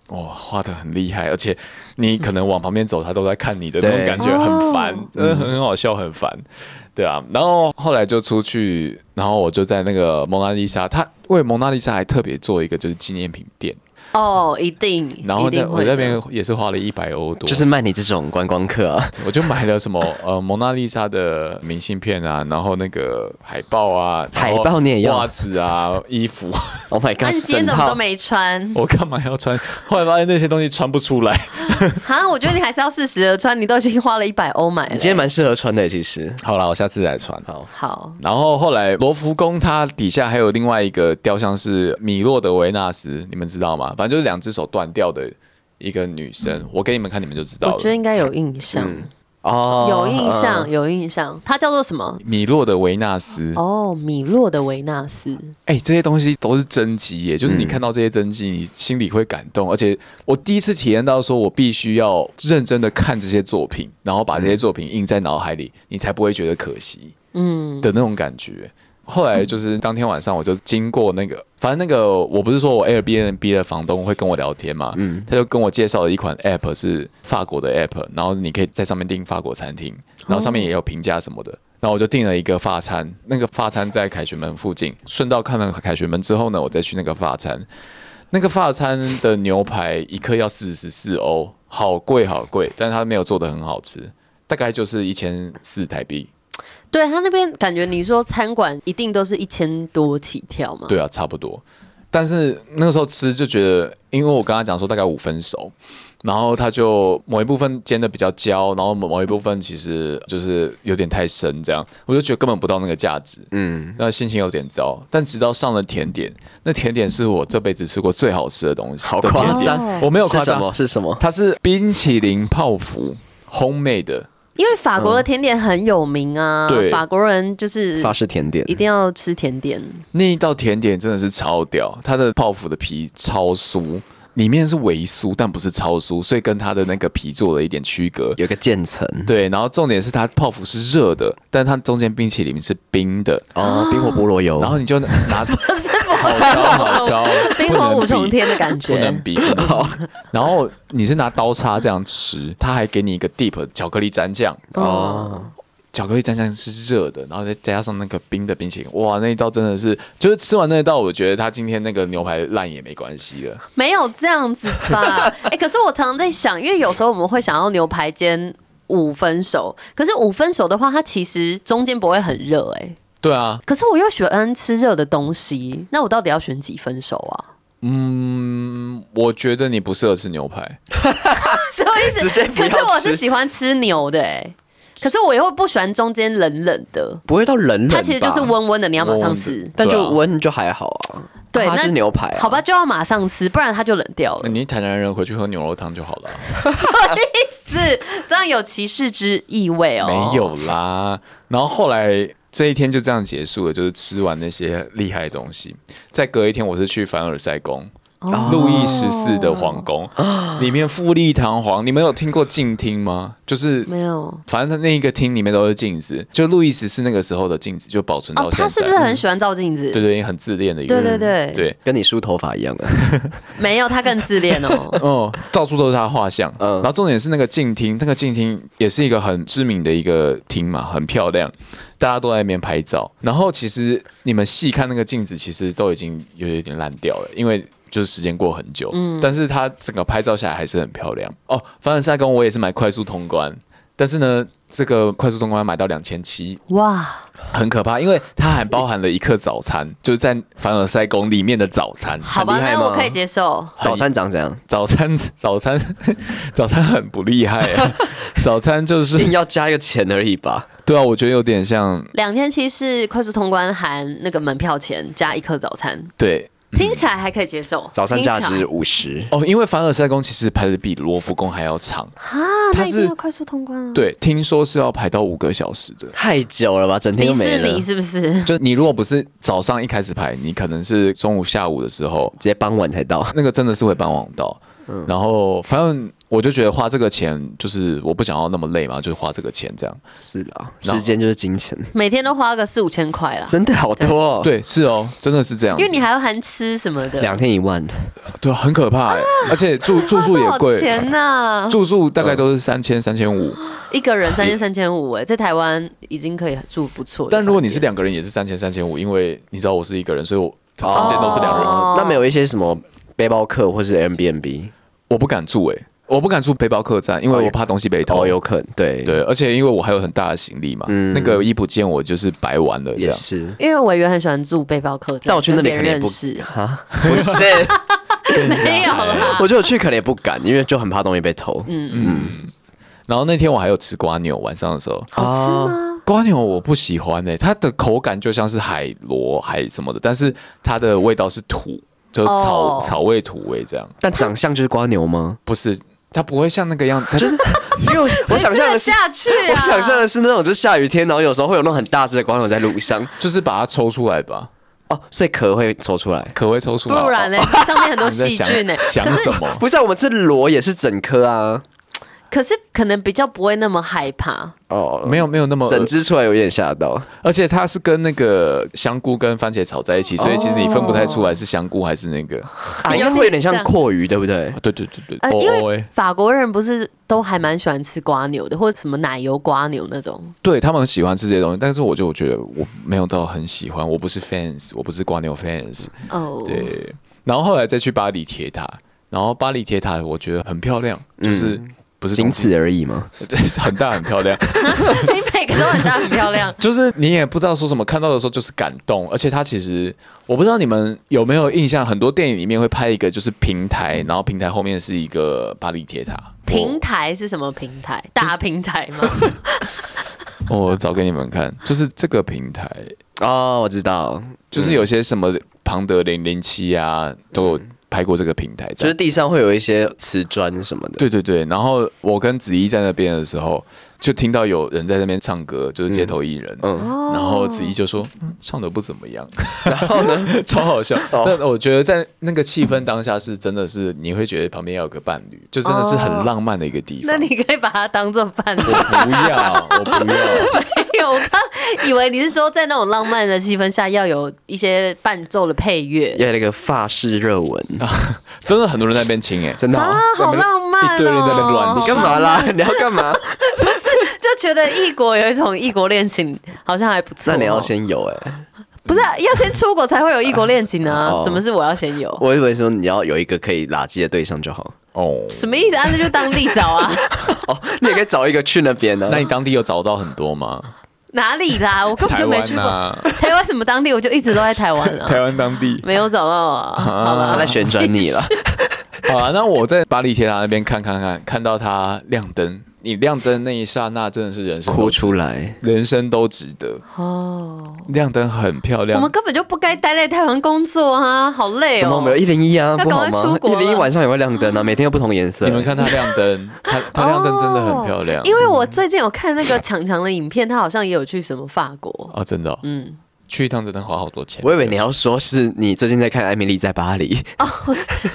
Speaker 2: 哇、画的很厉害，而且你可能往旁边走，他都在看你的那种
Speaker 4: 对哦
Speaker 2: 感觉，很烦，真的很好笑，很烦，对啊。然后后来就出去，然后我就在那个蒙娜丽莎，他为蒙娜丽莎还特别做一个就是纪念品店，
Speaker 1: 哦，一定，
Speaker 2: 然后
Speaker 1: 一定
Speaker 2: 呢，我
Speaker 1: 会
Speaker 2: 在那
Speaker 1: 的
Speaker 2: 边也是花了一百欧多，
Speaker 4: 就是卖你这种观光客 啊，
Speaker 2: 我就买了什么呃蒙娜丽莎的明信片啊，然后那个海报啊，然后
Speaker 4: 海报你也要
Speaker 2: 袜子啊，衣服，
Speaker 4: ，Oh my
Speaker 1: 那啊你
Speaker 4: god，
Speaker 1: 今天
Speaker 4: 整
Speaker 1: 怎么都
Speaker 4: 套
Speaker 1: 没 穿？
Speaker 2: 我干嘛要穿？后来发现那些东西穿不出来，
Speaker 1: 哈，我觉得你还是要适时的穿，你都已经花了一百欧买了。
Speaker 4: 你今天蛮适合穿的，其实
Speaker 2: 好啦，我下次再穿。
Speaker 4: 好。
Speaker 1: 好，
Speaker 2: 然后后来罗浮宫它底下还有另外一个雕像是米洛德维纳斯，你们知道吗？反正就是两只手断掉的一个女生，嗯我给你们看，你们就知道
Speaker 1: 我觉得
Speaker 2: 了。嗯啊
Speaker 1: 应该有印象，
Speaker 4: 哦
Speaker 1: 有印象，有印象。它叫做什么？
Speaker 2: 米洛德维纳斯，
Speaker 1: 哦，米洛的维纳斯。
Speaker 2: 哎、这些东西都是真迹耶，就是你看到这些真迹，你心里会感动。而且我第一次体验到，说我必须要认真的看这些作品，然后把这些作品印在脑海里，你才不会觉得可惜，嗯的那种感觉。后来就是当天晚上，我就经过那个，反正那个我不是说我 Airbnb 的房东会跟我聊天嘛，他就跟我介绍了一款 App 是法国的 App，然后你可以在上面订法国餐厅，然后上面也有评价什么的。然后我就订了一个法餐，那个法餐在凯旋门附近。顺道看了凯旋门之后呢，我再去那个法餐。那个法餐的牛排一克要四十四欧，好贵好贵，但是它没有做的很好吃，大概就是一千四台币。
Speaker 1: 对他那边感觉，你说餐馆一定都是一千多起跳嘛？
Speaker 2: 对啊，差不多。但是那个时候吃就觉得，因为我跟他讲说大概五分熟，然后他就某一部分煎的比较焦，然后某某一部分其实就是有点太深，这样我就觉得根本不到那个价值，嗯，那心情有点糟。但直到上了甜点，那甜点是我这辈子吃过最好吃的东西，
Speaker 4: 好
Speaker 2: 的甜
Speaker 4: 夸
Speaker 2: 点
Speaker 4: 张，
Speaker 2: 我没有
Speaker 4: 是
Speaker 2: 夸
Speaker 4: 什
Speaker 2: 张，
Speaker 4: 么？是什么？
Speaker 2: 它是冰淇淋泡芙，homemade 的，
Speaker 1: 因为法国的甜点很有名啊，
Speaker 2: 嗯对
Speaker 1: 法国人就是
Speaker 4: 法式甜点
Speaker 1: 一定要吃甜点。
Speaker 2: 那一道甜点真的是超屌，它的泡芙的皮超酥，里面是微酥，但不是超酥，所以跟它的那个皮做了一点区隔。
Speaker 4: 有个渐层
Speaker 2: 对，然后重点是它泡芙是热的，但它中间冰淇淋是冰的，
Speaker 4: 哦，冰火菠萝油，
Speaker 2: 然后你就拿
Speaker 1: 不是不
Speaker 2: 好糟好糟，
Speaker 1: 冰
Speaker 2: 不能
Speaker 1: 火五
Speaker 2: 比
Speaker 1: 重天的感觉
Speaker 2: 不能比。不能比然后你是拿刀叉这样吃，它还给你一个 deep 巧克力蘸酱，
Speaker 1: 哦，
Speaker 2: 巧克力蘸酱是热的，然后再加上那个冰的冰淇淋，哇，那一道真的是，就是吃完那一道，我觉得他今天那个牛排烂也没关系了。
Speaker 1: 没有这样子吧？ 哎、可是我常常在想，因为有时候我们会想要牛排煎五分熟，可是五分熟的话，它其实中间不会很热哎、
Speaker 2: 对啊，
Speaker 1: 可是我又喜欢吃热的东西，那我到底要选几分熟啊？
Speaker 2: 嗯，我觉得你不适合吃牛排，
Speaker 1: 什么意思？
Speaker 4: 直接不
Speaker 1: 可
Speaker 4: 要
Speaker 1: 是我是
Speaker 4: 吃
Speaker 1: 喜欢吃牛的哎、可是我又不喜欢中间冷冷的，
Speaker 4: 不会到冷冷吧，
Speaker 1: 它其实就是温温的，你要马
Speaker 2: 温
Speaker 1: 上
Speaker 2: 温的
Speaker 1: 吃。
Speaker 4: 但
Speaker 2: 对
Speaker 4: 就
Speaker 2: 啊
Speaker 4: 温就还好啊。
Speaker 1: 对，
Speaker 4: 它
Speaker 1: 那
Speaker 4: 就是牛排啊，嗯
Speaker 1: 好吧，就要马上吃，不然它就冷掉了。
Speaker 2: 你台南人回去喝牛肉汤就好了。
Speaker 1: 是这样有歧视之意味哦。
Speaker 2: 没有啦，然后后来这一天就这样结束了，就是吃完那些厉害的东西。再隔一天，我是去凡尔赛宫。
Speaker 1: 哦
Speaker 2: 路易十四的 皇宫、里面富丽堂皇，你们有听过静听吗？就是
Speaker 1: 没有。
Speaker 2: 反正他那一个厅里面都是镜子，就路易十四那个时候的镜子就保存
Speaker 1: 哦
Speaker 2: 到，现在。
Speaker 1: 他是不是
Speaker 4: 嗯
Speaker 1: 很喜欢照镜子？
Speaker 2: 对对，很自恋的一个
Speaker 1: 对
Speaker 2: 人。
Speaker 1: 对对
Speaker 2: 对，
Speaker 4: 跟你梳头发一 样的，啊
Speaker 1: 哎没有，他更自恋 哦。
Speaker 2: 哦，到处都是他的画像。
Speaker 4: 嗯
Speaker 2: 然后重点是那个镜厅，那个镜厅也是一个很知名的一个厅嘛，很漂亮，大家都在那边拍照。然后其实你们细看那个镜子，其实都已经有一点烂掉了，因为。就是时间过很久，但是它整个拍照下来还是很漂亮哦。凡尔赛宫我也是买快速通关，但是呢，这个快速通关买到两千七，
Speaker 1: 哇，
Speaker 2: 很可怕，因为它还包含了一刻早餐，就是在凡尔赛宫里面的早餐。
Speaker 1: 好吧，
Speaker 4: 很厉害
Speaker 1: 那
Speaker 4: 吗
Speaker 1: 我可以接受。
Speaker 4: 早餐长 怎样？
Speaker 2: 早餐，早餐， 早餐很不厉害、 啊。早餐就是
Speaker 4: 硬要加一个钱而已吧。
Speaker 2: 对啊，我觉得有点像
Speaker 1: 两千七是快速通关含那个门票钱加一颗早餐，
Speaker 2: 对
Speaker 1: 听起来还可以接受。
Speaker 4: 嗯早餐价
Speaker 1: 听起
Speaker 4: 值
Speaker 1: 来
Speaker 4: 五十，
Speaker 2: 哦，因为凡尔赛宫其实排的比罗浮宫还要长，
Speaker 1: 啊，
Speaker 2: 它
Speaker 1: 那一定
Speaker 2: 是
Speaker 1: 要快速通关啊。
Speaker 2: 对，听说是要排到五个小时的。
Speaker 4: 太久了吧，整天
Speaker 1: 迪
Speaker 4: 都没
Speaker 1: 士
Speaker 4: 了，
Speaker 1: 尼
Speaker 4: 直
Speaker 1: 是不是？
Speaker 2: 就你如果不是早上一开始排，你可能是中午、下午的时候，
Speaker 4: 接傍晚才到。
Speaker 2: 那个真的是会搬网到。
Speaker 1: 嗯
Speaker 2: 然后反正我就觉得花这个钱，就是我不想要那么累嘛，就是花这个钱这样。
Speaker 4: 是啦，
Speaker 2: 然后
Speaker 4: 时间就是金钱，
Speaker 1: 每天都花个四五千块啦，
Speaker 4: 真的好多、哦。，
Speaker 2: 对，是哦，真的是这样子。
Speaker 1: 因为你还要含吃什么的，
Speaker 4: 两天一万，
Speaker 2: 对啊，很可怕、欸，而且住住宿 也
Speaker 1: 花多少
Speaker 2: 贵。
Speaker 1: 钱 呐？
Speaker 2: 住宿大概都是三千、三千五，
Speaker 1: 一个人三千三千五，哎，在台湾已经可以住不错的饭店。
Speaker 2: 但如果你是两个
Speaker 4: 哦
Speaker 2: 人，也是三千、三千五，因为你知道我是一个人，所以我房间都是两人。
Speaker 1: 哦，
Speaker 4: 那没有一些什么背包客或是 M B N B，
Speaker 2: 我不敢住诶、欸我不敢住背包客栈，因为我怕东西被偷。
Speaker 4: 哦，有可能对
Speaker 2: 对，而且因为我还有很大的行李嘛，那个衣不见我就是白玩了这
Speaker 4: 也
Speaker 2: 样。
Speaker 4: 是
Speaker 1: 因为委员很喜欢住背包客栈，
Speaker 4: 但我去那里
Speaker 1: 跟别
Speaker 4: 可能也
Speaker 1: 人
Speaker 4: 不
Speaker 1: 认识，
Speaker 4: 不是，
Speaker 1: 没有啦
Speaker 4: 我。觉得我去可能也不敢，因为就很怕东西被偷。嗯，
Speaker 2: 然后那天我还有吃瓜牛，晚上的时候，
Speaker 1: 好吃吗？
Speaker 2: 瓜牛我不喜欢诶、它的口感就像是海螺海什么的，但是它的味道是土，就是草、
Speaker 1: 哦
Speaker 2: 草味土味这样，
Speaker 4: 但长相就是瓜牛吗？
Speaker 2: 不是它不会像那个样，它就是
Speaker 4: 因为我我想象的是
Speaker 1: 谁吃得。下去啊，
Speaker 4: 我想象的是那种，就下雨天，然后有时候会有那种很大只的瓜牛在路上
Speaker 2: 就是把它抽出来吧，
Speaker 4: 哦，所以壳会抽出来。
Speaker 2: 可会抽出来，
Speaker 1: 不 然嘞，上面很多
Speaker 2: 你在
Speaker 1: 细
Speaker 2: 想
Speaker 1: 菌呢。欸
Speaker 2: 想
Speaker 1: 可是
Speaker 2: 什么？
Speaker 4: 不是、啊，我们吃螺也是整颗啊。
Speaker 1: 可是可能比较不会那么害怕，
Speaker 4: 哦，
Speaker 2: 没有没有那么
Speaker 4: 整只出来有点吓到。
Speaker 2: 而且它是跟那个香菇跟番茄炒在一起，所以其实你分不太出来是香菇还是那个。
Speaker 4: 啊，应该会有点像阔鱼，对不对
Speaker 2: 啊？对对对对，
Speaker 1: 呃，
Speaker 2: 哦
Speaker 1: 因
Speaker 2: 哦
Speaker 1: 为
Speaker 2: 哎
Speaker 1: 法国人不是都还蛮喜欢吃瓜牛的，或者什么奶油瓜牛那种。
Speaker 2: 对他们喜欢吃这些东西，但是我就觉得我没有到很喜欢，我不是 fans，我不是瓜牛 fans。
Speaker 1: 哦，
Speaker 2: 对，然后后来再去巴黎铁塔，然后巴黎铁塔我觉得很漂亮，就是不是
Speaker 4: 仅
Speaker 2: 东西，
Speaker 4: 此而已吗？
Speaker 2: 对，很大很漂亮，。
Speaker 1: 你每个都很大很漂亮
Speaker 2: 就是你也不知道说什么，看到的时候就是感动，而且它其实我不知道你们有没有印象，很多电影里面会拍一个就是平台，然后平台后面是一个巴黎铁塔。
Speaker 1: 平台是什么平台？大平台 吗？
Speaker 2: 我我找给你们看，就是这个平台，
Speaker 4: 哦，我知道，
Speaker 2: 就是有些什么庞德零零七啊，都
Speaker 1: 嗯
Speaker 2: 有拍过这个平台这
Speaker 4: 就
Speaker 2: 样，
Speaker 4: 是地上会有一些瓷砖什么的。
Speaker 2: 对对对，然后我跟子怡在那边的时候，就听到有人在那边唱歌，就是街头艺人。
Speaker 4: 嗯
Speaker 2: 然后子怡就说、嗯唱的不怎么样，然后呢，超好笑。
Speaker 4: 哦
Speaker 2: 但我觉得在那个气氛当下，是真的是你会觉得旁边要有个伴侣，就真的是很浪漫的一个地方。
Speaker 1: 那你可以把它当做 伴侣。
Speaker 2: 不要，我不要。
Speaker 1: 没有，我刚以为你是说在那种浪漫的气氛下要有一些伴奏的配乐
Speaker 4: 要有那个法式热吻，
Speaker 2: 真的很多人在那边亲哎、
Speaker 4: 真的哦、
Speaker 1: 啊，好浪漫哦！
Speaker 2: 一堆人在那边乱
Speaker 4: 你干嘛啦？ 你要干嘛？
Speaker 1: 不是，就觉得异国有一种异国恋情，好像还不错哦。
Speaker 4: 那你要先有哎、
Speaker 1: 不是啊要先出国才会有异国恋情啊
Speaker 4: 哦？
Speaker 1: 什么是我要先有？
Speaker 4: 我以为说你要有一个可以拉鸡的对象就好。
Speaker 2: 哦，
Speaker 1: 什么意思啊？那就当地找啊，
Speaker 4: 哦，你也可以找一个去那边呢、啊
Speaker 2: 那你当地有找到很多吗？
Speaker 1: 哪里啦？我根本
Speaker 2: 台
Speaker 1: 就没
Speaker 2: 湾
Speaker 1: 去过
Speaker 2: 啊，
Speaker 1: 台湾什么当地，我就一直都在台湾啊，
Speaker 2: 湾当地。
Speaker 1: 没有找到啊。好
Speaker 4: 他在
Speaker 1: 了，
Speaker 4: 旋转你了。
Speaker 2: 好啊，那我在巴黎铁塔那边看看看，看到它亮灯，你亮灯那一刹那，真的是人生都
Speaker 4: 哭
Speaker 2: 值
Speaker 4: 出，来。
Speaker 2: 人生都值得。
Speaker 1: 哦，
Speaker 2: 亮灯很漂
Speaker 1: 我
Speaker 2: 亮
Speaker 1: 们，根本就不该待在台湾工作啊，好累哦。
Speaker 4: 怎么我们有一零一啊？
Speaker 1: 要
Speaker 4: 不
Speaker 1: 赶
Speaker 4: 好
Speaker 1: 快
Speaker 4: 吗
Speaker 1: 出？
Speaker 4: 一
Speaker 1: 国了
Speaker 4: 零一晚上也会亮 灯啊，每天有不同颜色。
Speaker 2: 你们看它亮灯，它它亮灯真的很漂亮。
Speaker 1: 哦因为我最近有看那个强强的影片，他好像也有去什么法国，
Speaker 2: 啊，真的，嗯，去一趟真的花好多钱。
Speaker 1: 嗯
Speaker 4: 我以为你要说是你最近在看《艾米丽在 巴黎》
Speaker 1: 哦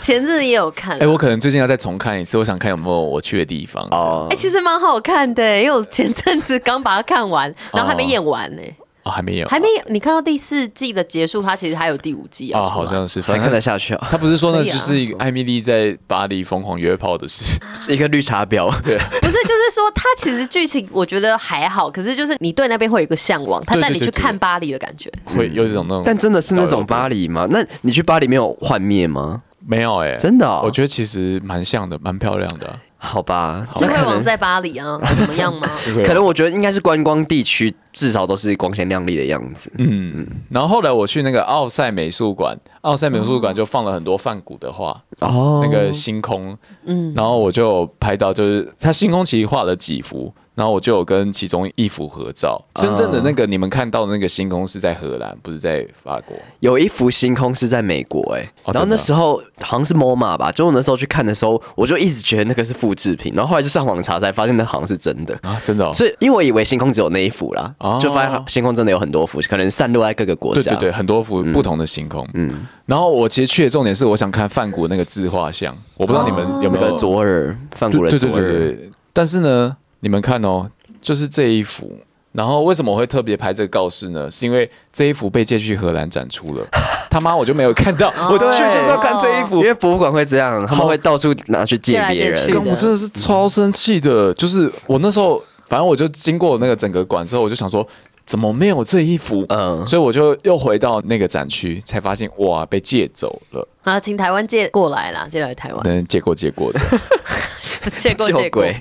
Speaker 1: 前阵子也有看。
Speaker 2: 哎，我可能最近要再重看一次，我想看有没有我去的地方。哦，
Speaker 4: 哦
Speaker 1: 哎、，其实蛮好看的、因为我前阵子刚把它看完，然后还没
Speaker 2: 哦
Speaker 1: 演完呢、
Speaker 2: 还没有，
Speaker 1: 还没你看到第四季的结束，它其实还有第五季要出
Speaker 2: 哦，
Speaker 1: 来
Speaker 2: 好像是，
Speaker 4: 还
Speaker 2: 反
Speaker 4: 看得
Speaker 2: 正。
Speaker 4: 下去 啊？
Speaker 2: 他不是说呢，
Speaker 1: 可以啊
Speaker 2: 就是一个艾米丽在巴黎疯狂约炮的事，
Speaker 4: 一个绿茶婊，对，
Speaker 1: 不是，就是说它其实剧情我觉得还好，可是就是你对那边会有一个向往，它
Speaker 2: 对
Speaker 1: 带你
Speaker 2: 对
Speaker 1: 去
Speaker 2: 对
Speaker 1: 看巴黎的感觉。
Speaker 2: 会有一种那种，
Speaker 4: 嗯但真的是那种巴黎吗？那你去巴黎没有幻灭吗？
Speaker 2: 没有哎，
Speaker 4: 真的哦
Speaker 2: 我觉得其实蛮像的，蛮漂亮的啊。
Speaker 4: 好吧，
Speaker 1: 智
Speaker 4: 就
Speaker 1: 慧
Speaker 4: 可
Speaker 1: 王
Speaker 4: 能
Speaker 1: 在巴黎啊，怎么样吗？
Speaker 2: 是会有
Speaker 4: 可能我觉得应该是观光地区，至少都是光鲜亮丽的样子。
Speaker 2: 嗯然后后来我去那个奥赛美术馆，奥赛美术馆就放了很多梵谷的画，
Speaker 4: 哦
Speaker 2: 那个星空，嗯，然后我就有拍到，就是他星空其实画了几幅，然后我就有跟其中一幅合照。
Speaker 4: 啊
Speaker 2: 真正的那个你们看到的那个星空是在荷兰，不是在法国。
Speaker 4: 有一幅星空是在美国哎、
Speaker 2: 哦
Speaker 4: 然后
Speaker 2: 真的
Speaker 4: 那
Speaker 2: 啊
Speaker 4: 时候好像是 MoMA 吧，就我那时候去看的时候，我就一直觉得那个是复制品，然后后来就上网查才发现那好像是真的。
Speaker 2: 啊，真的、哦，
Speaker 4: 所以，因为我以为星空只有那一幅啦，
Speaker 2: 哦
Speaker 4: 就发现星空真的有很多幅，可能散落在各个国
Speaker 2: 对
Speaker 4: 家。
Speaker 2: 对对，很多幅不同的星空。嗯，然后我其实去的重点是我想看梵谷那个自画像，我不知道你们有没
Speaker 4: 那
Speaker 2: 有
Speaker 4: 个左耳，梵谷
Speaker 2: 对
Speaker 4: 的
Speaker 2: 对
Speaker 4: 左
Speaker 2: 对
Speaker 4: 耳，
Speaker 2: 对对。但是呢，你们看哦，就是这一幅。然后为什么我会特别拍这个告示呢？是因为这一幅被借去荷兰展出了， 他妈我就没有看 到，
Speaker 4: 哦
Speaker 2: 我去就是要看这一幅
Speaker 4: 因。为博物馆会这样，他们会到处拿去借别
Speaker 1: 借来借去
Speaker 4: 人。
Speaker 2: 我真的是超生气的，就是我那时候，反正我就经过那个整个馆之后，我就想说，怎么没有这一幅？
Speaker 4: 嗯
Speaker 2: 所以我就又回到那个展区，才发现哇，被借走了。
Speaker 1: 然后请台湾借过来啦，借来台
Speaker 4: 哎
Speaker 1: 湾，
Speaker 2: 嗯，借过借过的，
Speaker 1: 借 过
Speaker 4: 救
Speaker 1: 借过。
Speaker 4: 鬼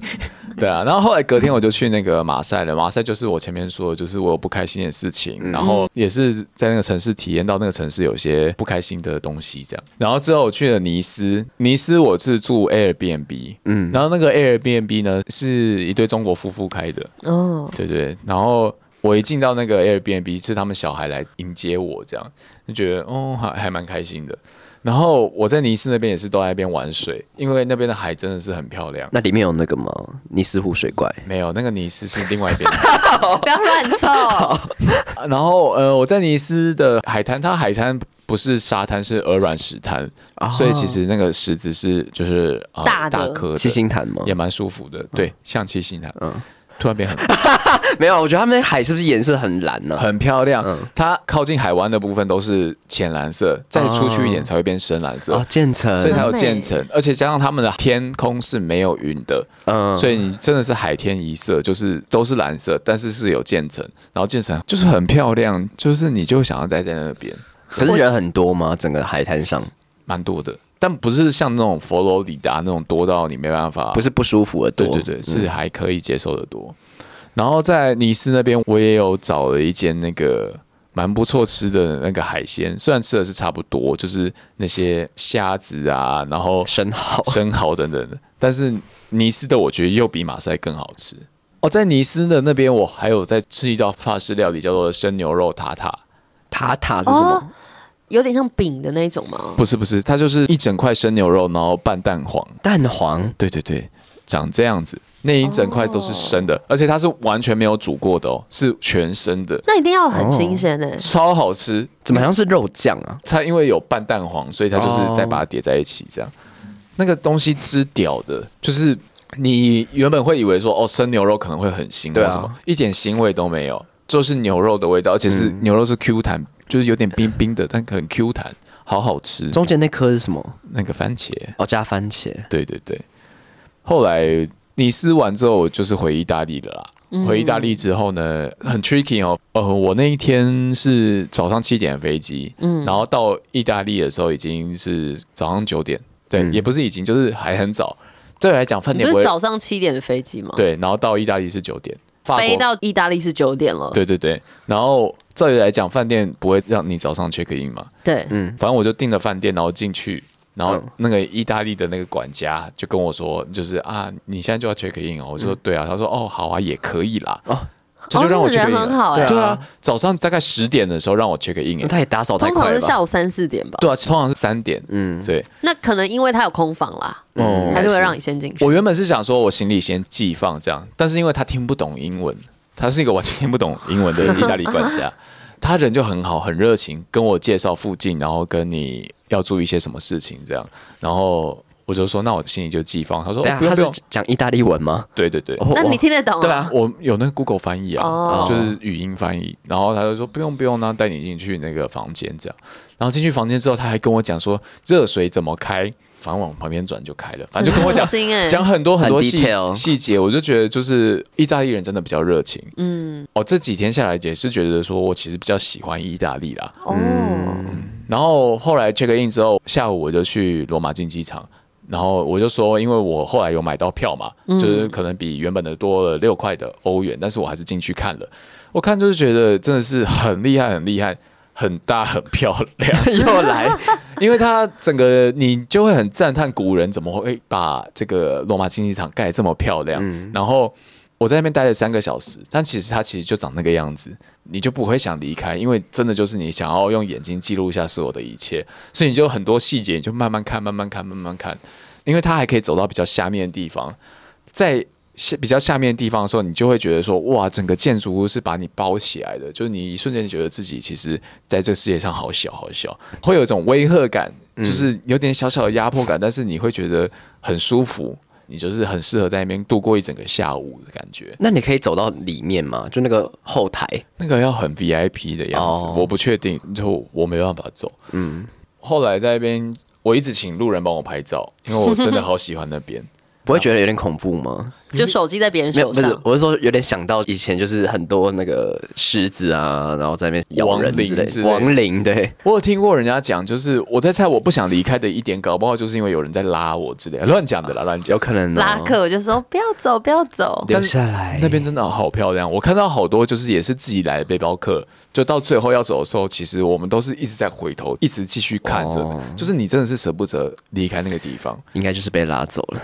Speaker 2: 对啊。然后后来隔天我就去那个马赛了，马赛就是我前面说的，就是我有不开心的事情，然后也是在那个城市体验到那个城市有些不开心的东西这样。然后之后我去了尼斯，尼斯我是住 Airbnb，嗯，然后那个 Airbnb 呢是一对中国夫妇开的，
Speaker 1: 哦，
Speaker 2: 对对，然后我一进到那个 Airbnb 是他们小孩来迎接我，这样就觉得哦还还蛮开心的。然后我在尼斯那边也是都在那边玩水，因为那边的海真的是很漂亮。
Speaker 4: 那里面有那个吗？尼斯湖水怪，
Speaker 2: 没有，那个尼斯是另外一边。
Speaker 4: 哦
Speaker 1: 不要乱凑。
Speaker 2: 然后呃，我在尼斯的海滩，它海滩不是沙滩，是鹅卵石滩，所以其实那个石子是就是、呃
Speaker 1: 大的
Speaker 2: 大颗的，
Speaker 4: 七星潭吗
Speaker 2: 也蛮舒服的。对，像七星潭，嗯，突然变很
Speaker 4: 没有，我觉得他们海是不是颜色很蓝啊呢、
Speaker 2: 很漂亮。它靠近海湾的部分都是浅蓝色，再出去一点才会变深蓝色。
Speaker 4: 哦，建成，
Speaker 2: 所以才有
Speaker 1: 很美
Speaker 2: 渐层，而且加上他们的天空是没有云的，
Speaker 4: 嗯
Speaker 2: 所以你真的是海天一色，就是都是蓝色，但是是有渐层，然后渐层就是很漂亮，就是你就想要待在那边，
Speaker 4: 可是人很多吗？整个海滩上
Speaker 2: 蛮多的，但不是像那种佛罗里达那种多到你没办法，嗯
Speaker 4: 不是不舒服的多，
Speaker 2: 对对对，是还可以接受的多。然后在尼斯那边，我也有找了一间那个蛮不错吃的那个海鲜，虽然吃的是差不多，就是那些虾子啊，然后
Speaker 4: 生蚝
Speaker 2: 生蚝等等的，但是尼斯的我觉得又比马赛更好吃。哦，在尼斯的那边，我还有在吃一道法式料理，叫做生牛肉塔塔。
Speaker 4: 塔塔是什么？
Speaker 1: 有点像饼的那种吗？
Speaker 2: 不是不是，它就是一整块生牛肉，然后拌蛋黄，
Speaker 4: 蛋黄
Speaker 2: 对对对，长这样子，那一整块都是生的，而且它是完全没有煮过的哦，是全生的，
Speaker 1: 那一定要很新鲜
Speaker 4: 哦
Speaker 1: 诶、
Speaker 2: 超好吃。
Speaker 4: 怎么好像是肉酱啊？
Speaker 2: 它因为有拌蛋黄，所以它就是再把它叠在一起这样。那个东西之屌的，就是你原本会以为说哦，生牛肉可能会很腥，
Speaker 4: 对啊
Speaker 2: 或什么一点腥味都没有，就是牛肉的味道，而且
Speaker 4: 嗯
Speaker 2: 是牛肉是 Q 弹，就是有点冰冰的，但很 Q 弹，好好吃。
Speaker 4: 中间那颗是什么？
Speaker 2: 那个番茄，
Speaker 4: 哦，加番茄。
Speaker 2: 对对对。后来你撕完之后，我就是回意大利了啦。
Speaker 1: 嗯
Speaker 2: 回意大利之后呢，很 tricky 哦。呃，我那一天是早上七点的飞机，嗯，然后到意大利的时候已经是早上九点，对，也不是已经，就是还很早。对我来讲，饭
Speaker 1: 你
Speaker 2: 点
Speaker 1: 不
Speaker 2: 不
Speaker 1: 是
Speaker 2: 会
Speaker 1: 早上七点的飞机吗？，
Speaker 2: 对，然后到意大利是九点，法
Speaker 1: 飞
Speaker 2: 国
Speaker 1: 到意大利是九点了。
Speaker 2: 对对对，然后照理来讲，饭店不会让你早上 check in 嘛，
Speaker 1: 对，嗯，
Speaker 2: 反正我就订了饭店，然后进去，然后那个意大利的那个管家就跟我说，就是啊，你现在就要 check in 哦。我就说对啊，他说哦，好啊，也可以啦。他就让我
Speaker 1: 哦那
Speaker 2: check
Speaker 1: 人
Speaker 2: in，
Speaker 1: 很好
Speaker 2: 对
Speaker 1: 哎
Speaker 2: 啊对啊，早上大概十点的时候让我 check in，
Speaker 4: 那
Speaker 2: 哎
Speaker 4: 他也打扫太
Speaker 1: 通
Speaker 4: 快
Speaker 1: 常
Speaker 4: 了
Speaker 1: 是
Speaker 4: 吧。
Speaker 1: 下午三四点吧。
Speaker 2: 对啊，通常是三点，嗯，对。
Speaker 1: 那可能因为他有空房啦，
Speaker 2: 哦
Speaker 1: 嗯，他就会让你先进去。
Speaker 2: 我原本是想说我行李先寄放这样，但是因为他听不懂英文，他是一个完全听不懂英文的意大利管 家，他人就很好，很热情，跟我介绍附近，然后跟你要注意一些什么事情这样，然后我就说那我行李就寄放，他说、
Speaker 4: 对
Speaker 2: 哦、
Speaker 4: 啊，
Speaker 2: 不用
Speaker 4: 他
Speaker 2: 不
Speaker 4: 是
Speaker 2: 用，
Speaker 4: 讲意大利文吗？
Speaker 2: 对对对。
Speaker 4: 哦
Speaker 1: 那你听得懂
Speaker 2: 对啊，我有那个 Google 翻译啊，
Speaker 1: 哦
Speaker 2: 就是语音翻译。然后他就说不用不用，然后带你进去那个房间这样。然后进去房间之后，他还跟我讲说热水怎么开，反正往旁边转就开了，反正就跟我讲
Speaker 1: 很 新欸
Speaker 2: 讲很多很多
Speaker 4: 很
Speaker 2: 细
Speaker 4: detail
Speaker 2: 细节，我就觉得就是意大利人真的比较热情。嗯，哦，这几天下来也是觉得说我其实比较喜欢意大利啦。
Speaker 1: 哦，
Speaker 2: 然后后来 check in 之后，下午我就去罗马竞技场，然后我就说，因为我后来有买到票嘛，
Speaker 4: 嗯
Speaker 2: 就是可能比原本的多了六块的欧元，但是我还是进去看了。我看就是觉得真的是很厉害，很厉害，很大，很漂亮。
Speaker 4: 又来，
Speaker 2: 因为它整个你就会很赞叹古人怎么会把这个罗马竞技场盖得这么漂亮。然后我在那边待了三个小时，但其实它其实就长那个样子，你就不会想离开，因为真的就是你想要用眼睛记录一下所有的一切，所以你就很多细节你就慢慢看，慢慢看，慢慢看，因为它还可以走到比较下面的地方，在。下比较下面的地方的时候，你就会觉得说，哇，整个建筑物是把你包起来的，就是你一瞬间觉得自己其实在这世界上好小好小，会有一种威吓感，就是有点小小的压迫感，但是你会觉得很舒服，你就是很适合在那边度过一整个下午的感觉。
Speaker 4: 那你可以走到里面吗？就那个后台，
Speaker 2: 那个要很 VIP 的样子，
Speaker 4: 哦
Speaker 2: 我不确定，就我没办法走。嗯，后来在那边我一直请路人帮我拍照，因为我真的好喜欢那边。
Speaker 4: 不会觉得有点恐怖吗？
Speaker 1: 就手机在别人
Speaker 4: 没有，
Speaker 1: 手
Speaker 4: 不是
Speaker 1: 上，。
Speaker 4: 我是说有点想到以前就是很多那个狮子啊，然后在那边咬人
Speaker 2: 亡灵之
Speaker 4: 之类的，
Speaker 2: 类的
Speaker 4: 亡灵对，
Speaker 2: 我有听过人家讲，就是我在猜，我不想离开的一点，搞不好就是因为有人在拉我之类的，乱讲的啦，乱讲
Speaker 4: 有。可能、哦、
Speaker 1: 拉客我就说不要走，不要 走。
Speaker 4: 留下来
Speaker 2: 那边真的好漂亮，我看到好多就是也是自己来的背包客，就到最后要走的时候，其实我们都是一直在回头，一直继续看着，
Speaker 4: 哦
Speaker 2: 就是你真的是舍不得离开那个地方。
Speaker 4: 应该就是被拉走了，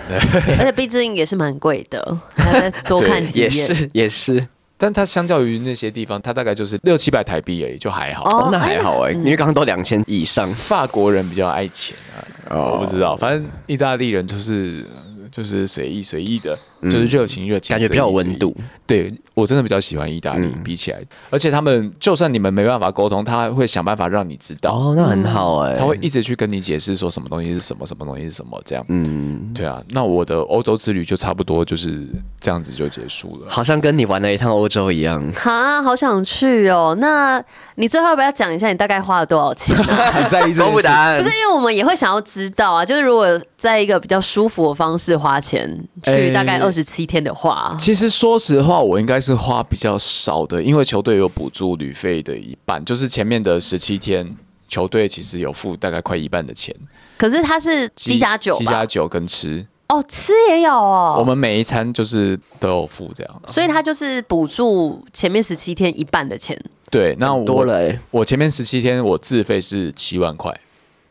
Speaker 1: 而且毕竟也是蛮贵的，还要再多看几
Speaker 4: 也
Speaker 1: 眼。
Speaker 4: 是也是
Speaker 2: 但它相较于那些地方，它大概就是六七百台币而已，就还好。
Speaker 1: 哦
Speaker 4: 哦，那还好哎、因为刚刚都两千以上，
Speaker 2: 法国人比较爱钱啊，
Speaker 4: 哦
Speaker 2: 我不知道，反正意大利人就是就是随意随意的，就是热情热情，
Speaker 4: 嗯感觉比较有温
Speaker 2: 随意。
Speaker 4: 度
Speaker 1: 嗯
Speaker 2: 随意对我真的比较喜欢意大利，比起来，而且他们就算你们没办法沟通，他会想办法让你知道。
Speaker 4: 哦，那很好哎、
Speaker 2: 他会一直去跟你解释说什么东西是什么，什么东西是什么，这样。嗯，对啊。那我的欧洲之旅就差不多就是这样子就结束了。
Speaker 4: 好像跟你玩了一趟欧洲一样，
Speaker 1: 哈，好想去哦！那你最后要不要讲一下你大概花了多少钱、 啊？
Speaker 2: 很在意这
Speaker 4: 公布答案
Speaker 1: 不是，因为我们也会想要知道啊，就是如果在一个比较舒服的方式花钱去
Speaker 2: 诶
Speaker 1: 大概二十七天的话，
Speaker 2: 其实说实话，我应该是花比较少的，因为球队有补助旅费的一半，就是前面的十七天，球队其实有付大概快一半的钱。
Speaker 1: 可是它是
Speaker 2: 七
Speaker 1: 七加九
Speaker 2: 七加
Speaker 1: 吧？
Speaker 2: 九跟吃，
Speaker 1: 哦，吃也有哦。
Speaker 2: 我们每一餐就是都有付这样。
Speaker 1: 所以它就是补助前面十七天一半的钱。
Speaker 2: 对，那我
Speaker 4: 多了哎、
Speaker 2: 我前面十七天我自费是七万块。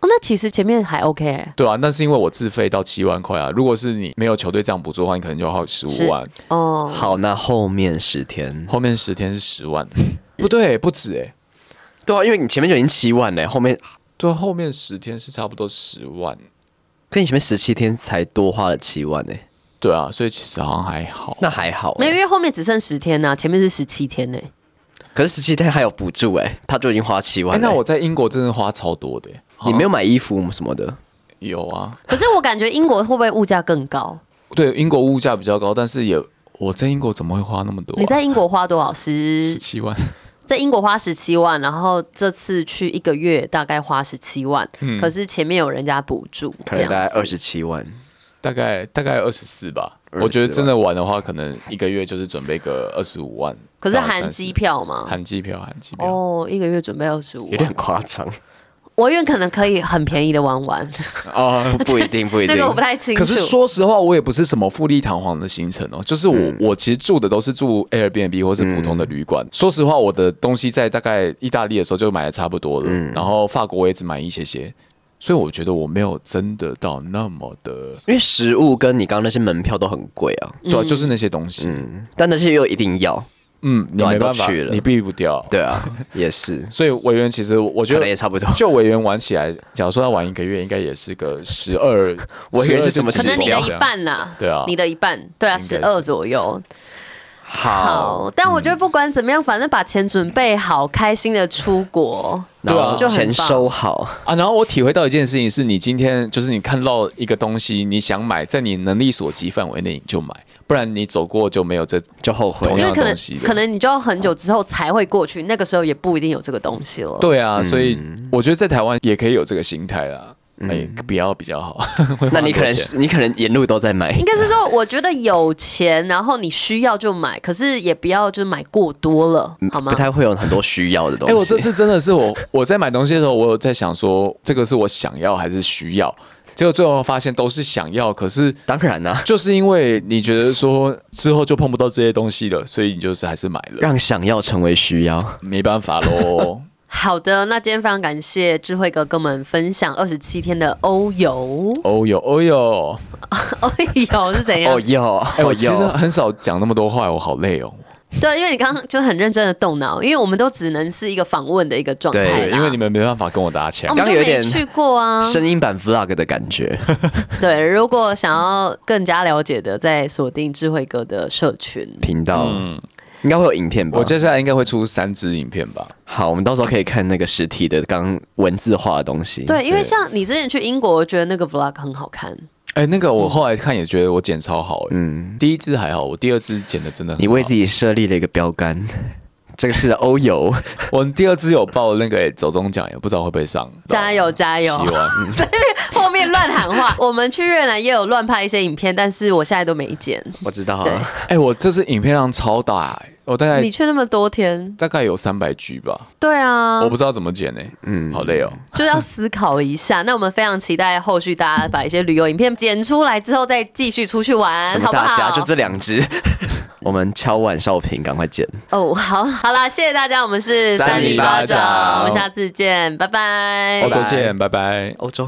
Speaker 1: 哦，那其实前面还 OK，、欸、
Speaker 2: 对啊，那是因为我自费到七万块啊。如果是你没有球队这样补助的话，你可能就要十五万。
Speaker 1: 哦，
Speaker 4: 好，那后面十天，
Speaker 2: 后面十天是十 万，不对，不止哎、
Speaker 4: 对啊，因为你前面就已经七万嘞、后面
Speaker 2: 对，后面十天是差不多十万。
Speaker 4: 跟你前面十七天才多花了七万嘞、
Speaker 2: 对啊，所以其实好像还好。
Speaker 4: 那还好、
Speaker 1: 没有，
Speaker 4: 欸，
Speaker 1: 因为后面只剩十天呐、啊前面是十七天欸呢、
Speaker 4: 可是十七天还有补助哎、他就已经花七
Speaker 2: 哎、
Speaker 4: 万、欸
Speaker 2: 那我在英国真的花超多的、欸。
Speaker 4: 你没有买衣服什么的，
Speaker 2: 有啊？
Speaker 1: 可是我感觉英国会不会物价更高？
Speaker 2: 对，英国物价比较高，但是也我在英国怎么会花那么多、啊
Speaker 1: 你在英国花多少？十
Speaker 2: 十七万？
Speaker 1: 在英国花十七万，然后这次去一个月大概花十七万、
Speaker 2: 嗯
Speaker 1: 可是前面有人家补助，
Speaker 4: 可
Speaker 1: 这
Speaker 4: 能
Speaker 1: 样
Speaker 4: 大概
Speaker 1: 子
Speaker 4: 二十七万。
Speaker 2: 大概大概二十四吧。
Speaker 4: 24
Speaker 2: 我觉得真的玩的话，可能一个月就是准备个二十五万。
Speaker 1: 可是
Speaker 2: 到
Speaker 1: 含
Speaker 2: 30
Speaker 1: 机票嘛，
Speaker 2: 含机票，含机票。
Speaker 1: 哦，一个月准备二十五
Speaker 4: 有点
Speaker 1: 万，
Speaker 4: 夸张，
Speaker 1: 我远可能可以很便宜的玩 玩，
Speaker 4: 不不一定，不一
Speaker 1: 这
Speaker 4: 定。
Speaker 1: 个我不太清楚。
Speaker 2: 可是说实话，我也不是什么富丽堂皇的行程哦，就是我、我其实住的都是住 Airbnb 或是普通的旅馆。说实话，我的东西在大概意大利的时候就买的差不多了，然后法国我也只买一些些，所以我觉得我没有真的到那么的。
Speaker 4: 因为食物跟你刚刚那些门票都很贵啊，
Speaker 2: 对啊、就是那些东西，嗯，
Speaker 4: 但那些又一定要，
Speaker 2: 你没办法，
Speaker 4: 都去了
Speaker 2: 你避不掉。，
Speaker 4: 对啊，也是，
Speaker 2: 所以委员其实我觉
Speaker 4: 可
Speaker 2: 得
Speaker 4: 能也差不多。
Speaker 2: 就委员玩起来，假如说要玩一个月，应该也是个十 二。
Speaker 4: 委员
Speaker 2: 12
Speaker 4: 是什么
Speaker 2: 就
Speaker 1: 可
Speaker 2: 几
Speaker 1: 能你
Speaker 2: 包
Speaker 1: 的
Speaker 4: 指
Speaker 1: 一
Speaker 2: 这样
Speaker 1: 半啦，
Speaker 2: 对啊
Speaker 1: 你的一半，对啊，
Speaker 2: 应该
Speaker 1: 十
Speaker 2: 是哦嗯
Speaker 1: 二左右。
Speaker 4: 好，
Speaker 1: 好，但我觉得不管怎么样，反正把钱准备好，开心的出国。
Speaker 4: 然
Speaker 2: 对啊
Speaker 4: 后
Speaker 1: 就很
Speaker 4: 钱
Speaker 1: 棒
Speaker 4: 收好，
Speaker 2: 啊，然后我体会到一件事情，是你今天就是你看到一个东西，你想买，在你能力所及范围内你就买，不然你走过就没有这
Speaker 4: 就后悔
Speaker 1: 因
Speaker 2: 同样
Speaker 1: 为
Speaker 2: 的
Speaker 1: 可能
Speaker 2: 东西的
Speaker 1: 可能你就要很久之后才会过去，那个时候也不一定有这个东西了。
Speaker 2: 对
Speaker 4: 嗯
Speaker 2: 啊，所以我觉得在台湾也可以有这个心态啦，哎，不要比较好。会花
Speaker 4: 嗯 那你可
Speaker 2: 很多
Speaker 4: 能
Speaker 2: 钱
Speaker 4: 是你可能沿路都在买
Speaker 1: 应，该是说，我觉得有钱，然后你需要就买，可是也不要就买过多了，好吗
Speaker 4: 嗯不？太会有很多需要的 东
Speaker 2: 哎、
Speaker 4: 西。
Speaker 2: 我这次真的是我我在买东西的时候，我有在想说这个是我想要还是需要，结果最后发现都是想要，可是。
Speaker 4: 当然啊啦，
Speaker 2: 就是因为你觉得说之后就碰不到这些东西了，所以你就是还是买了，
Speaker 4: 让想要成为需要，
Speaker 2: 没办法喽。
Speaker 1: 好的，那今天非常感谢智慧哥跟我们分享二十七天的欧游，
Speaker 2: 哦哟哦哟，
Speaker 1: 欧游是怎样
Speaker 4: 哦？哟，
Speaker 2: 哎、
Speaker 4: 哦
Speaker 2: 我其实
Speaker 1: 啊
Speaker 4: 哟，
Speaker 2: 很少讲那么多话，我好累哦。
Speaker 1: 对，啊因为你刚刚就很认真的动脑，因为我们都只能是一个访问的一个状态啦，
Speaker 4: 对
Speaker 2: 对，因为你们没办法跟我搭腔
Speaker 1: 我。们
Speaker 4: 刚
Speaker 1: 都
Speaker 4: 有
Speaker 1: 没
Speaker 4: 点
Speaker 1: 去过啊。
Speaker 4: 声音版 vlog 的感觉，
Speaker 1: 对，如果想要更加了解的，再锁定智慧哥的社群。
Speaker 4: 频道应该会有影片吧？
Speaker 2: 嗯我接下来应该会出三支影片吧？
Speaker 4: 好，我们到时候可以看那个实体的刚文字化的东西。
Speaker 1: 对，因为
Speaker 2: 对
Speaker 1: 像你之前去英国，我觉得那个 vlog 很好看。
Speaker 2: 哎、那个我后来看也觉得我剪超好、嗯，第一支还好，我第二支剪的真的很好。
Speaker 4: 你为自己设立了一个标杆，这个是欧游，
Speaker 2: 我第二支有报那个、哎走中奖，也不知道会不会上。
Speaker 1: 加油加
Speaker 2: 希
Speaker 1: 油！
Speaker 2: 望
Speaker 1: 后面以乱喊话。 我们去越南也有乱拍一些影片，但是我现在都没剪。
Speaker 4: 我知道
Speaker 1: 对
Speaker 4: 啊，
Speaker 2: 哎、我这次影片量超大、哎我大概
Speaker 1: 你去那么多天，
Speaker 2: 大概有三百 G 吧，
Speaker 1: 对啊
Speaker 2: 我，不知道怎么剪呢、嗯，好累哦。
Speaker 1: 就是要思考一下。那我们非常期待后续大家把一些旅游影片剪出来之后，再继续出去玩，
Speaker 4: 什么
Speaker 1: 好不
Speaker 4: 大
Speaker 1: 好？
Speaker 4: 家就这 两只，我们敲碗少平，赶快见。
Speaker 1: 哦，好，好啦，谢谢大家，我们是
Speaker 4: 三
Speaker 2: 里
Speaker 1: 里
Speaker 2: 巴掌
Speaker 1: 掌，我们下次见，拜拜，
Speaker 2: 欧洲见，拜拜。
Speaker 4: 欧洲。